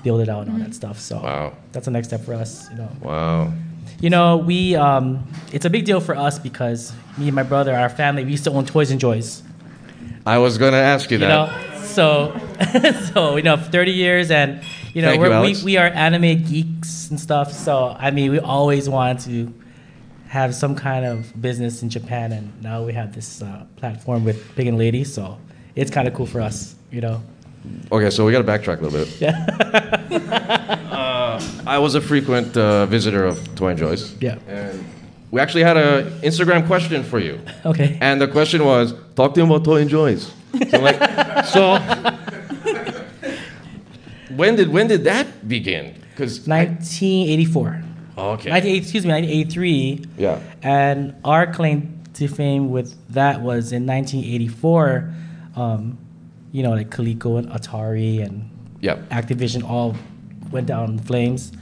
S8: build it out and all that stuff. So
S3: Wow.
S8: that's the next step for us. You know,
S3: Wow.
S8: you know, we um, it's a big deal for us because me and my brother, our family, we used to own Toys and Joys.
S3: I was gonna ask you
S8: You
S3: that.
S8: know, so (laughs) so you know, for 30 years, and you know,
S3: Thank
S8: we're,
S3: you,
S8: we
S3: Alex.
S8: we are anime geeks and stuff. So I mean, we always wanted to have some kind of business in Japan, and now we have this uh, platform with Big and Lady. So it's kind of cool for us. You know.
S3: Okay, so we gotta backtrack a little
S8: (laughs)
S3: bit. Yeah. uh, I was a frequent uh, visitor of Twine Joyce.
S8: Yeah.
S3: And we actually had an Instagram question for you.
S8: Okay.
S3: And the question was, talk to him about Toy and Joys. So, like, (laughs) so when did when did that begin? Because
S8: 1984.
S3: okay,
S8: 98, excuse me, 1983.
S3: yeah,
S8: And our claim to fame with that was in 1984. Um, you know, like Coleco and Atari and
S3: yeah,
S8: Activision all went down in flames,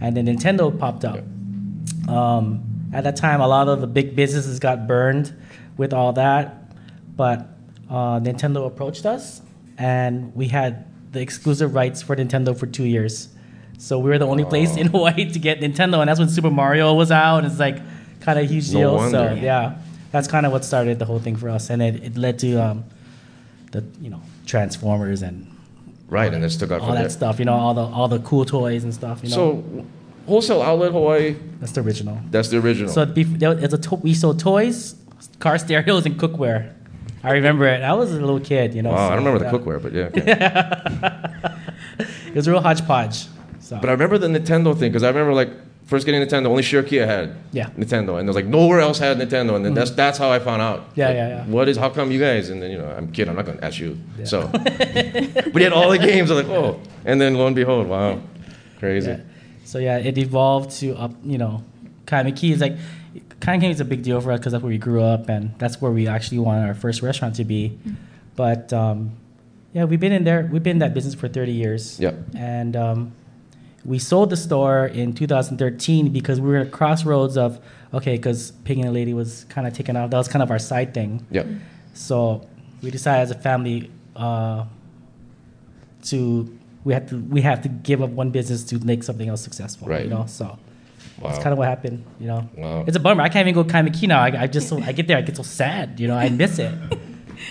S8: and then Nintendo popped up. Um, at that time, a lot of the big businesses got burned with all that, but uh, Nintendo approached us, and we had the exclusive rights for Nintendo for two years. So we were the only place in (laughs) Hawaii to get Nintendo, and that's when Super Mario was out. It's like kind of a huge
S3: No
S8: deal. So
S3: wonder.
S8: yeah, that's kind of what started the whole thing for us, and it, it led to um, the you know Transformers and
S3: right, and it still got
S8: all
S3: from there.
S8: that stuff. You know, all the all the cool toys and stuff. You know,
S3: So wholesale outlet Hawaii,
S8: that's the original.
S3: that's the original.
S8: So it'd be, there was- it's a to- we sold toys, car stereos, and cookware. I remember it. I was a little kid. You know,
S3: wow, I
S8: so,
S3: don't remember the
S8: yeah.
S3: cookware, but yeah. okay.
S8: It was a real hodgepodge. So
S3: But I remember the Nintendo thing because I remember like first getting Nintendo. Only Shirkia had
S8: Yeah. Mm-hmm.
S3: Nintendo, and there was like nowhere else had Nintendo, and then that's that's how I found out.
S8: Yeah,
S3: like,
S8: yeah, yeah.
S3: What is? How come you guys? And then you know, I'm kid. I'm not going to ask you.
S8: (laughs)
S3: So, (laughs) but you had all the games. I'm like, oh, and then lo and behold, wow, crazy.
S8: yeah. so yeah, it evolved to up. You know, Kaimaki is like. Kaimaki is a big deal for us because that's where we grew up, and that's where we actually wanted our first restaurant to be. But um, yeah, we've been in there. We've been in that business for 30 years.
S3: Yep.
S8: and um, we sold the store in 2013 because we were at a crossroads of okay, because Pig and the Lady was kind of taken off. That was kind of our side thing.
S3: Yeah.
S8: So we decided as a family uh, to we had to we have to give up one business to make something else successful.
S3: Right.
S8: You know, so
S3: Wow.
S8: that's kind of what happened. You know,
S3: Wow.
S8: it's a bummer. I can't even go to Kaimaki now. I, I just so, I get there, I get so sad. You know, I miss
S3: (laughs)
S8: it.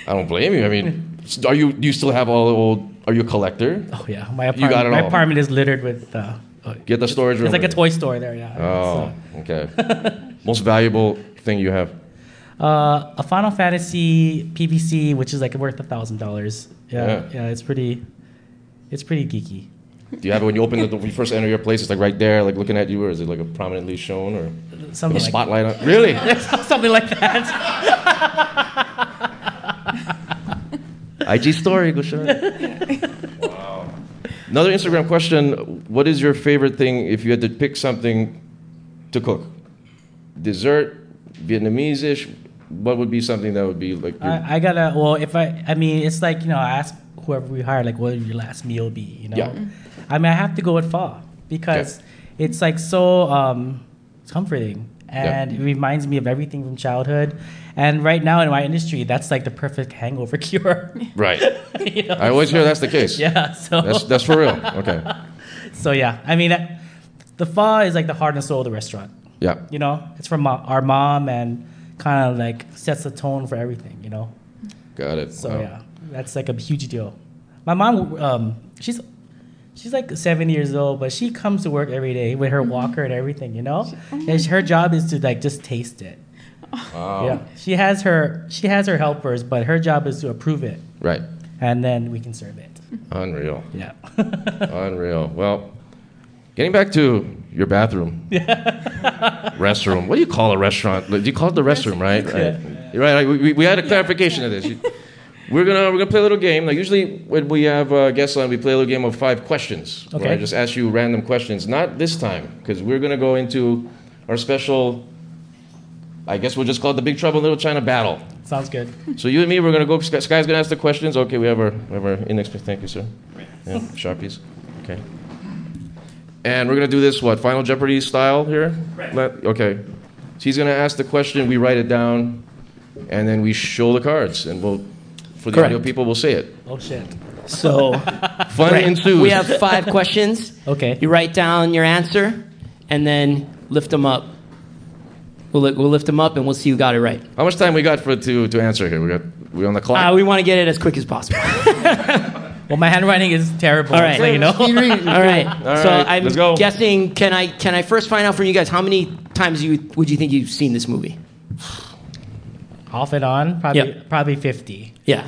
S3: I don't blame you. I mean, s- are you? Do you still have all the old? Are you a
S8: (laughs)
S3: collector?
S8: Oh yeah, my
S3: You got
S8: apartment.
S3: it
S8: my
S3: all.
S8: apartment is littered with. Uh, uh,
S3: Get the storage room.
S8: it's like a
S3: ready.
S8: toy store there. Yeah.
S3: Oh, okay. Most valuable thing you have.
S8: So, uh, a Final Fantasy PVC, which is like worth a thousand dollars. Yeah.
S3: Yeah.
S8: Yeah, it's pretty. It's pretty geeky.
S3: Do you have it when you open the when you first enter your place? It's like right there, like looking at you, or is it like a prominently shown, or a
S8: Something like
S3: spotlight on?
S8: (laughs)
S3: Really?
S8: something like that.
S3: IG story, go show. wow. Another Instagram question: What is your favorite thing if you had to pick something to cook? Dessert, Vietnamese-ish. What would be something that would be like? Your,
S8: I, I gotta. Well, if I, I mean, it's like you know, I ask whoever we hire, like, what would your last meal be? You know,
S3: Yeah. Mhm.
S8: I mean, I have to go with pho because it's like so um, comforting and it reminds me of everything from childhood. And right now in my industry, that's like the perfect hangover (laughs) cure.
S3: right.
S8: you know?
S3: I always hear that's the case.
S8: (laughs) yeah. So
S3: That's that's for real. Okay.
S8: so yeah, I mean, that, the pho is like the heart and soul of the restaurant.
S3: Yeah.
S8: You know, it's from mo- our mom and kind of like sets the tone for everything. You know.
S3: Got it.
S8: So
S3: Wow.
S8: yeah, that's like a huge deal. My mom, um, she's she's like 70 years old, but she comes to work every day with her walker and everything, you know. and her job is to like just taste it. Yeah, she has her she has her helpers, but her job is to approve it,
S3: Right.
S8: and then we can serve it.
S3: Mm-hmm. Unreal.
S8: Yeah. (laughs)
S3: Unreal. Well, getting back to your bathroom. restroom. What do you call a restaurant? Like, You call it the restroom, right? Right. You're right. like, we- We, we had a clarification of this. You- We're gonna we're gonna play a little game. Like usually when we have uh, guests on, we play a little game of five questions. Where I
S8: Okay.
S3: just ask you random questions. Not this time, because we're gonna go into our special. I guess we'll just call it the Big Trouble in Little China battle.
S8: Sounds good.
S3: So you and me, we're gonna go. Sky- Sky's gonna ask the questions. Okay, we have our we have our index. Thank you, sir. Yeah, sharpies. Okay. And we're gonna do this what Final Jeopardy style here. Let- okay. So he's gonna ask the question. We write it down, and then we show the cards, and we'll for the
S5: Correct.
S3: audio people, we'll say it.
S8: Oh shit.
S5: So
S3: Fun ensues.
S5: we have five questions.
S8: Okay.
S5: You write down your answer and then lift them up. We'll, li- we'll lift them up and we'll see who got it right.
S3: How much time we got for to to answer here? We got we on the clock.
S5: Uh, we want to get it as quick as possible. (laughs)
S8: Well, my handwriting is terrible.
S5: All right.
S8: so, you know.
S5: All right. so
S3: right,
S5: I'm
S3: let's go.
S5: guessing. Can I can I first find out from you guys how many times you would you think you've seen this movie?
S8: Off and on, probably
S5: Yep.
S8: probably 50.
S5: Yeah.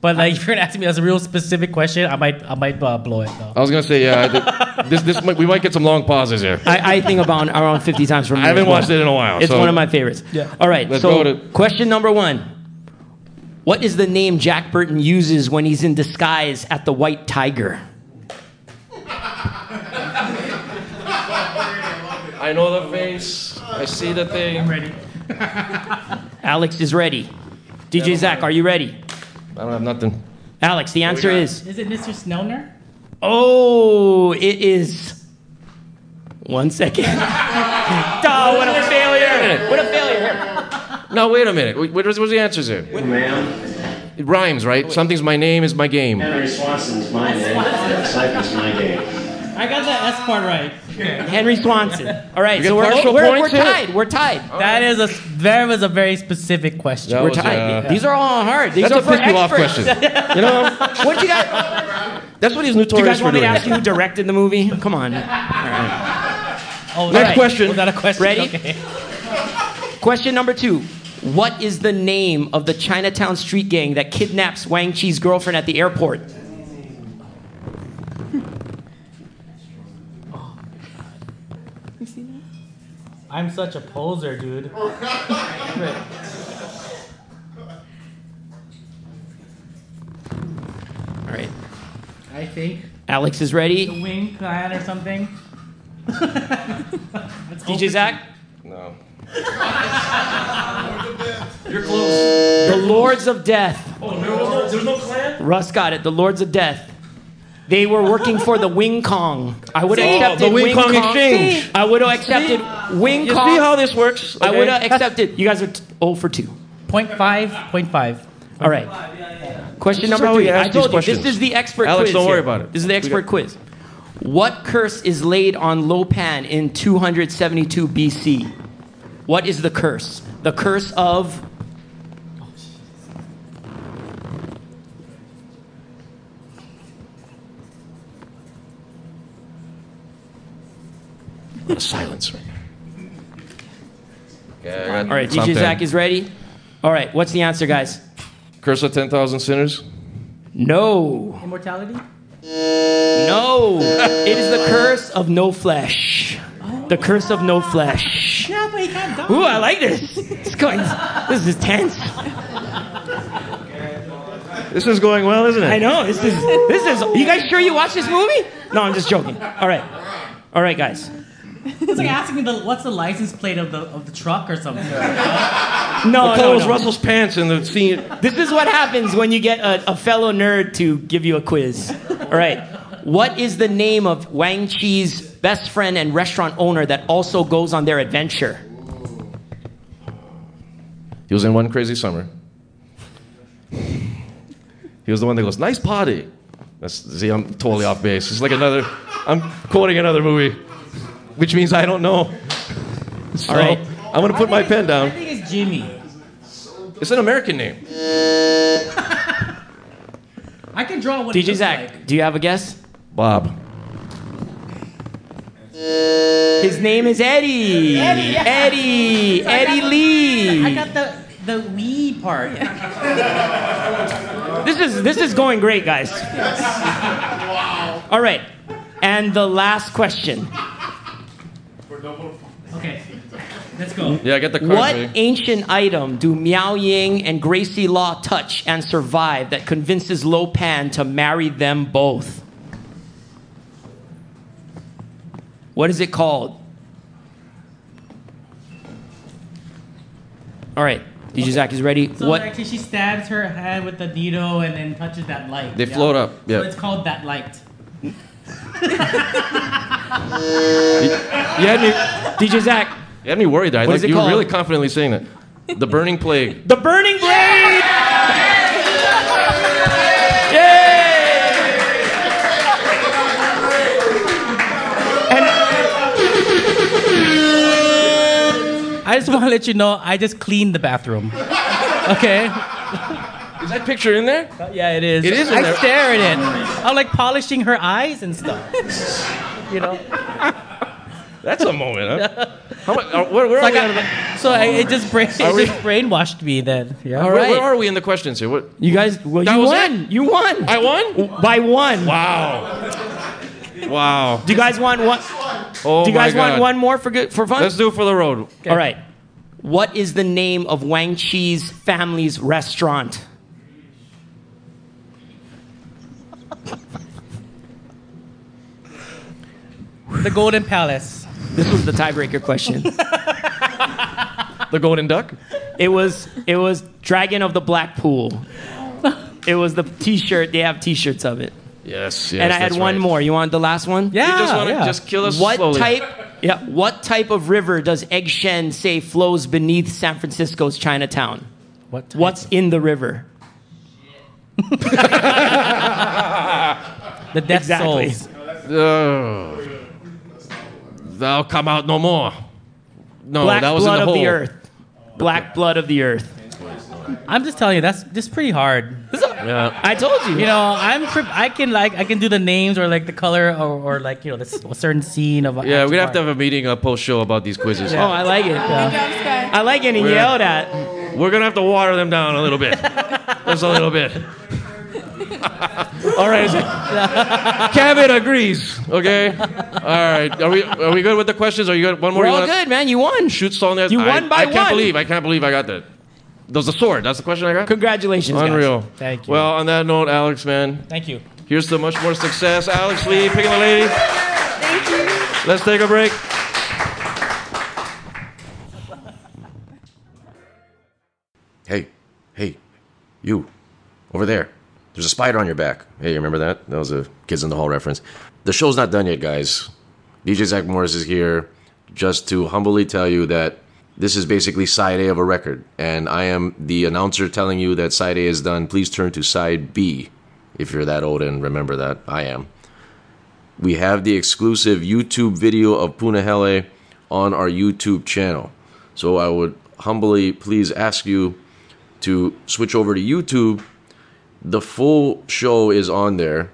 S8: But like, (laughs) if you're gonna ask me that's a real specific question, I might I might uh, blow it though.
S3: I was gonna say yeah. (laughs) I thi- this this might, we might get some long pauses here.
S5: I, I think about around 50 times from
S3: I haven't watched it in a while.
S5: It's
S3: so-
S5: one of my favorites.
S8: Yeah.
S5: All right.
S3: Let's
S5: so,
S3: go to-
S5: question number one What is the name Jack Burton uses when he's in disguise at the White Tiger?
S3: I know the face. I see the thing. I'm ready.
S5: Alex is ready. DJ Zach, are you ready?
S3: I don't have nothing.
S5: Alex, the answer
S3: got?
S5: is
S8: Is it Mr. Snellner?
S5: oh, it is. One second. Duh, what a failure! What a failure!
S3: No, wait a minute. Wait, What was, what was the answer there?
S9: Ma'am,
S3: It rhymes, right? Something's my name is my game.
S9: Henry Swanson is my name. Swanson. is my game.
S8: I got that S part right.
S5: Henry Swanson. All right,
S3: You
S5: so
S3: get
S5: we're,
S3: partial
S5: we're, we're
S3: points here?
S5: tied. We're tied.
S3: Oh.
S8: That is a that was a very specific question.
S3: That
S5: We're
S3: was,
S5: tied.
S3: uh,
S5: These are all hard. These
S3: That's
S5: are for
S3: a piss you off
S5: experts.
S3: question.
S5: (laughs)
S3: You know,
S5: What you guys?
S3: that's what he's
S5: Do you
S3: notorious
S5: guys
S3: for
S5: want me
S3: doing.
S5: to ask you who directed the movie? Come on.
S8: oh,
S3: Next
S8: right.
S3: question.
S8: Was that a question?
S5: Ready?
S8: Okay.
S5: Question number two. What is the name of the Chinatown street gang that kidnaps Wang Chi's girlfriend at the airport?
S4: You see that?
S8: I'm such a poser, dude.
S5: All right.
S8: I think
S5: Alex is
S8: the
S5: ready.
S8: wing clan or something.
S5: DJ Zach?
S3: No.
S5: The Lords of Death.
S3: There's no clan? Oh,
S5: Russ got it. The Lords of Death. They were working for the Wing Kong. I would have
S3: Oh,
S5: accepted
S3: the Wing Kong Exchange.
S5: I would have accepted Wing
S3: You
S5: Kong.
S3: see how this works?
S5: I
S3: okay?
S5: would have accepted. You guys are t- 0 for 2.
S8: Point five, point five.
S5: All right. Question
S3: This is
S5: number
S3: how we
S5: three.
S3: ask
S5: I told
S3: these
S5: you
S3: questions.
S5: this is the expert
S3: Alex,
S5: quiz.
S3: don't worry
S5: here.
S3: about it.
S5: This is the
S3: We
S5: expert
S3: got-
S5: quiz. What curse is laid on Lopan in 272 BC? What is the curse? The curse of
S3: What a silence. Yeah, I got
S5: All right, DJ
S3: something.
S5: Zach is ready. All right, what's the answer, guys?
S3: Curse of 10,000 sinners?
S5: No.
S8: Immortality?
S5: No. it is the curse of no flesh. The curse of no flesh.
S8: No, but he can't die.
S5: Ooh, I like this. It's going, this is tense.
S3: This is going well, isn't it?
S5: I know. This is this is. You guys sure you watched this movie? No, I'm just joking. All right, all right, guys.
S8: It's like asking me the, what's the license plate of the of the truck or something.
S5: No,
S3: Color
S5: no,
S3: was
S5: no.
S3: Russell's pants in the scene.
S5: This is what happens when you get a, a fellow nerd to give you a quiz. All right. What is the name of Wang Chi's best friend and restaurant owner that also goes on their adventure?
S3: He was in One Crazy Summer. He was the one that goes, nice party. That's, see, I'm totally off base. It's like another, I'm quoting another movie, which means I don't know. So,
S5: All right.
S3: I'm going to put my pen
S8: I
S3: down.
S8: think it's Jimmy.
S3: It's an American name.
S8: I can draw what it
S5: DJ
S8: looks
S5: Zach,
S8: like.
S5: do you have a guess?
S3: Bob.
S5: His name is Eddie.
S8: Eddie, yeah.
S5: Eddie. Eddie
S8: I
S5: Lee.
S8: got the the we part.
S5: E (laughs) This is this is going great, guys. All right. And the last question.
S8: Okay, let's go.
S3: Yeah, I got the card
S5: What
S3: ready.
S5: ancient item do Miao Ying and Gracie Law touch and survive that convinces Lo Pan to marry them both? What is it called? All right, DJ Zach is ready.
S8: So
S5: what?
S8: actually, she stabs her hand with the needle and then touches that light.
S3: They float up, yeah.
S8: So it's called that light.
S3: You had me,
S5: DJ Zach,
S3: you had me worried there. I
S5: What is
S3: thought
S5: it
S3: you were
S5: called?
S3: really confidently saying that. The Burning Plague.
S5: the burning blade.
S8: I just want to let you know, I just cleaned the bathroom. Okay.
S3: Is that picture in there?
S8: (laughs) Yeah, it is.
S3: It is in
S8: I
S3: there.
S8: stare at it. I'm like polishing her eyes and stuff. (laughs) You know.
S3: That's a moment, (laughs) huh? How much, uh, where, where, are
S8: Like
S3: we out of the,
S8: I, so I, it just brain, it
S3: we-
S8: just brainwashed me then. Yeah.
S5: All
S3: where, where
S5: right.
S3: are we in the questions here? What?
S5: You guys, well,
S3: That
S5: you
S3: was
S5: won.
S3: it?
S5: You won.
S3: I won?
S5: by one.
S3: Wow. Wow.
S5: Do you guys want one?
S3: Oh
S5: do you guys
S3: my God.
S5: want one more for good for fun?
S3: Let's do it for the road.
S5: All right. What is the name of Wang Chi's family's restaurant?
S8: The Golden Palace.
S5: This was the tiebreaker
S3: (laughs)
S5: question.
S3: The Golden Duck?
S5: it was it was Dragon of the Black
S3: (laughs)
S5: Pool. It was the T-shirt. They have T-shirts of it.
S3: Yes, yes.
S5: and I had
S3: that's
S5: one
S3: right.
S5: more. You want the last one?
S8: Yeah.
S3: You just want to
S8: yeah.
S3: just kill us
S5: What
S3: slowly.
S5: type? Yeah. What type of river does Egg Shen say flows beneath San Francisco's Chinatown?
S8: What? Type?
S5: What's in the river?
S8: The Death
S5: Exactly.
S8: Souls.
S3: Oh. Thou come out no more. No,
S5: Black
S3: Oh, that was
S5: blood
S3: in the
S5: of
S3: hole.
S5: the earth. Black blood of the earth.
S8: I'm just telling you, that's this pretty hard.
S3: Yeah.
S5: I told you.
S8: You know, I'm pre- I can like I can do the names or like the color or, or like you know this a certain scene of.
S3: Yeah, we're gonna have to have a meeting, a post show about these quizzes.
S5: Oh, I like it. I like getting
S3: We're-
S5: yelled at.
S3: Oh, We're gonna have to water them down a
S5: (laughs)
S3: little bit. Just a little bit. All right. is it- Kevin agrees. Okay. All right. Are we are we good with the questions? Are you good? One more.
S5: We're
S3: you
S5: all
S3: wanna-
S5: good, man. You won.
S3: Shoot stone there.
S5: You
S3: I,
S5: won by
S3: I can't
S5: one.
S3: believe. I can't believe I got that. There's a sword. That's the question I got.
S5: Congratulations, guys.
S3: Unreal.
S8: Thank you.
S3: Well, on that note, Alex, man,
S8: Thank you.
S3: here's to much more success. Alex Lee, picking the ladies. Thank you. Let's take a break.
S10: Hey, hey, you, over there.
S3: There's a spider on your back. Hey, you remember that? That was a Kids in the Hall reference. The show's not done yet, guys. DJ Zach Morris is here just to humbly tell you that this is basically side A of a record. And I am the announcer telling you that side A is done. Please turn to side B if you're that old and remember that. I am. We have the exclusive YouTube video of Punahele on our YouTube channel. So I would humbly please ask you to switch over to YouTube. The full show is on there,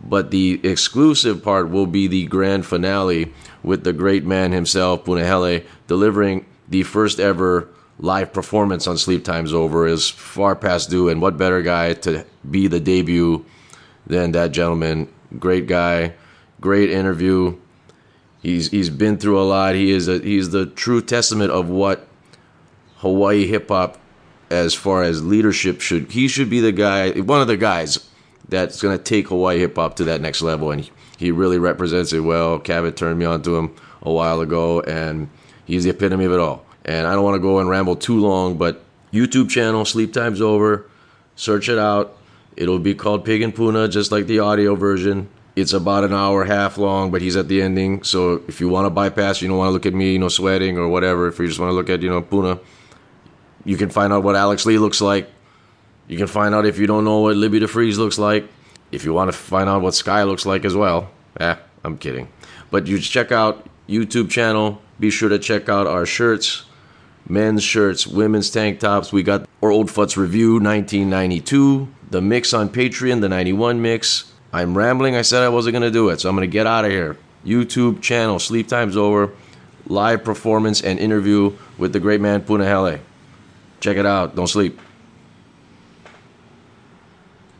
S3: but the exclusive part will be the grand finale with the great man himself, Punahele, delivering the first ever live performance on Sleep Time's Over is far past due, and what better guy to be the debut than that gentleman? Great guy, great interview. He's he's been through a lot. He is a, he's the true testament of what Hawaii hip hop as far as leadership should he should be the guy one of the guys that's going to take Hawaii hip hop to that next level and he, he really represents it well. Cabot turned me on to him a while ago and he's the epitome of it all. And I don't want to go and ramble too long but YouTube channel Sleep Time's over. Search it out. It'll be called Pig and Puna just like the audio version. It's about an hour half long, but he's at the ending. So if you want to bypass, you don't want to look at me, you know, sweating or whatever. If you just want to look at, you know, Puna, you can find out what Alex Lee looks like. You can find out if you don't know what Libby DeFreeze looks like. If you want to find out what Sky looks like as well. Eh, I'm kidding. But you check out YouTube channel. Be sure to check out our shirts, men's shirts, women's tank tops. We got our Old Futz review 1992, the mix on Patreon, the 91 mix. I'm rambling. I said I wasn't going to do it, so I'm going to get out of here. YouTube channel, Sleep Time's Over, live performance and interview with the great man Punahele. Check it out. Don't sleep.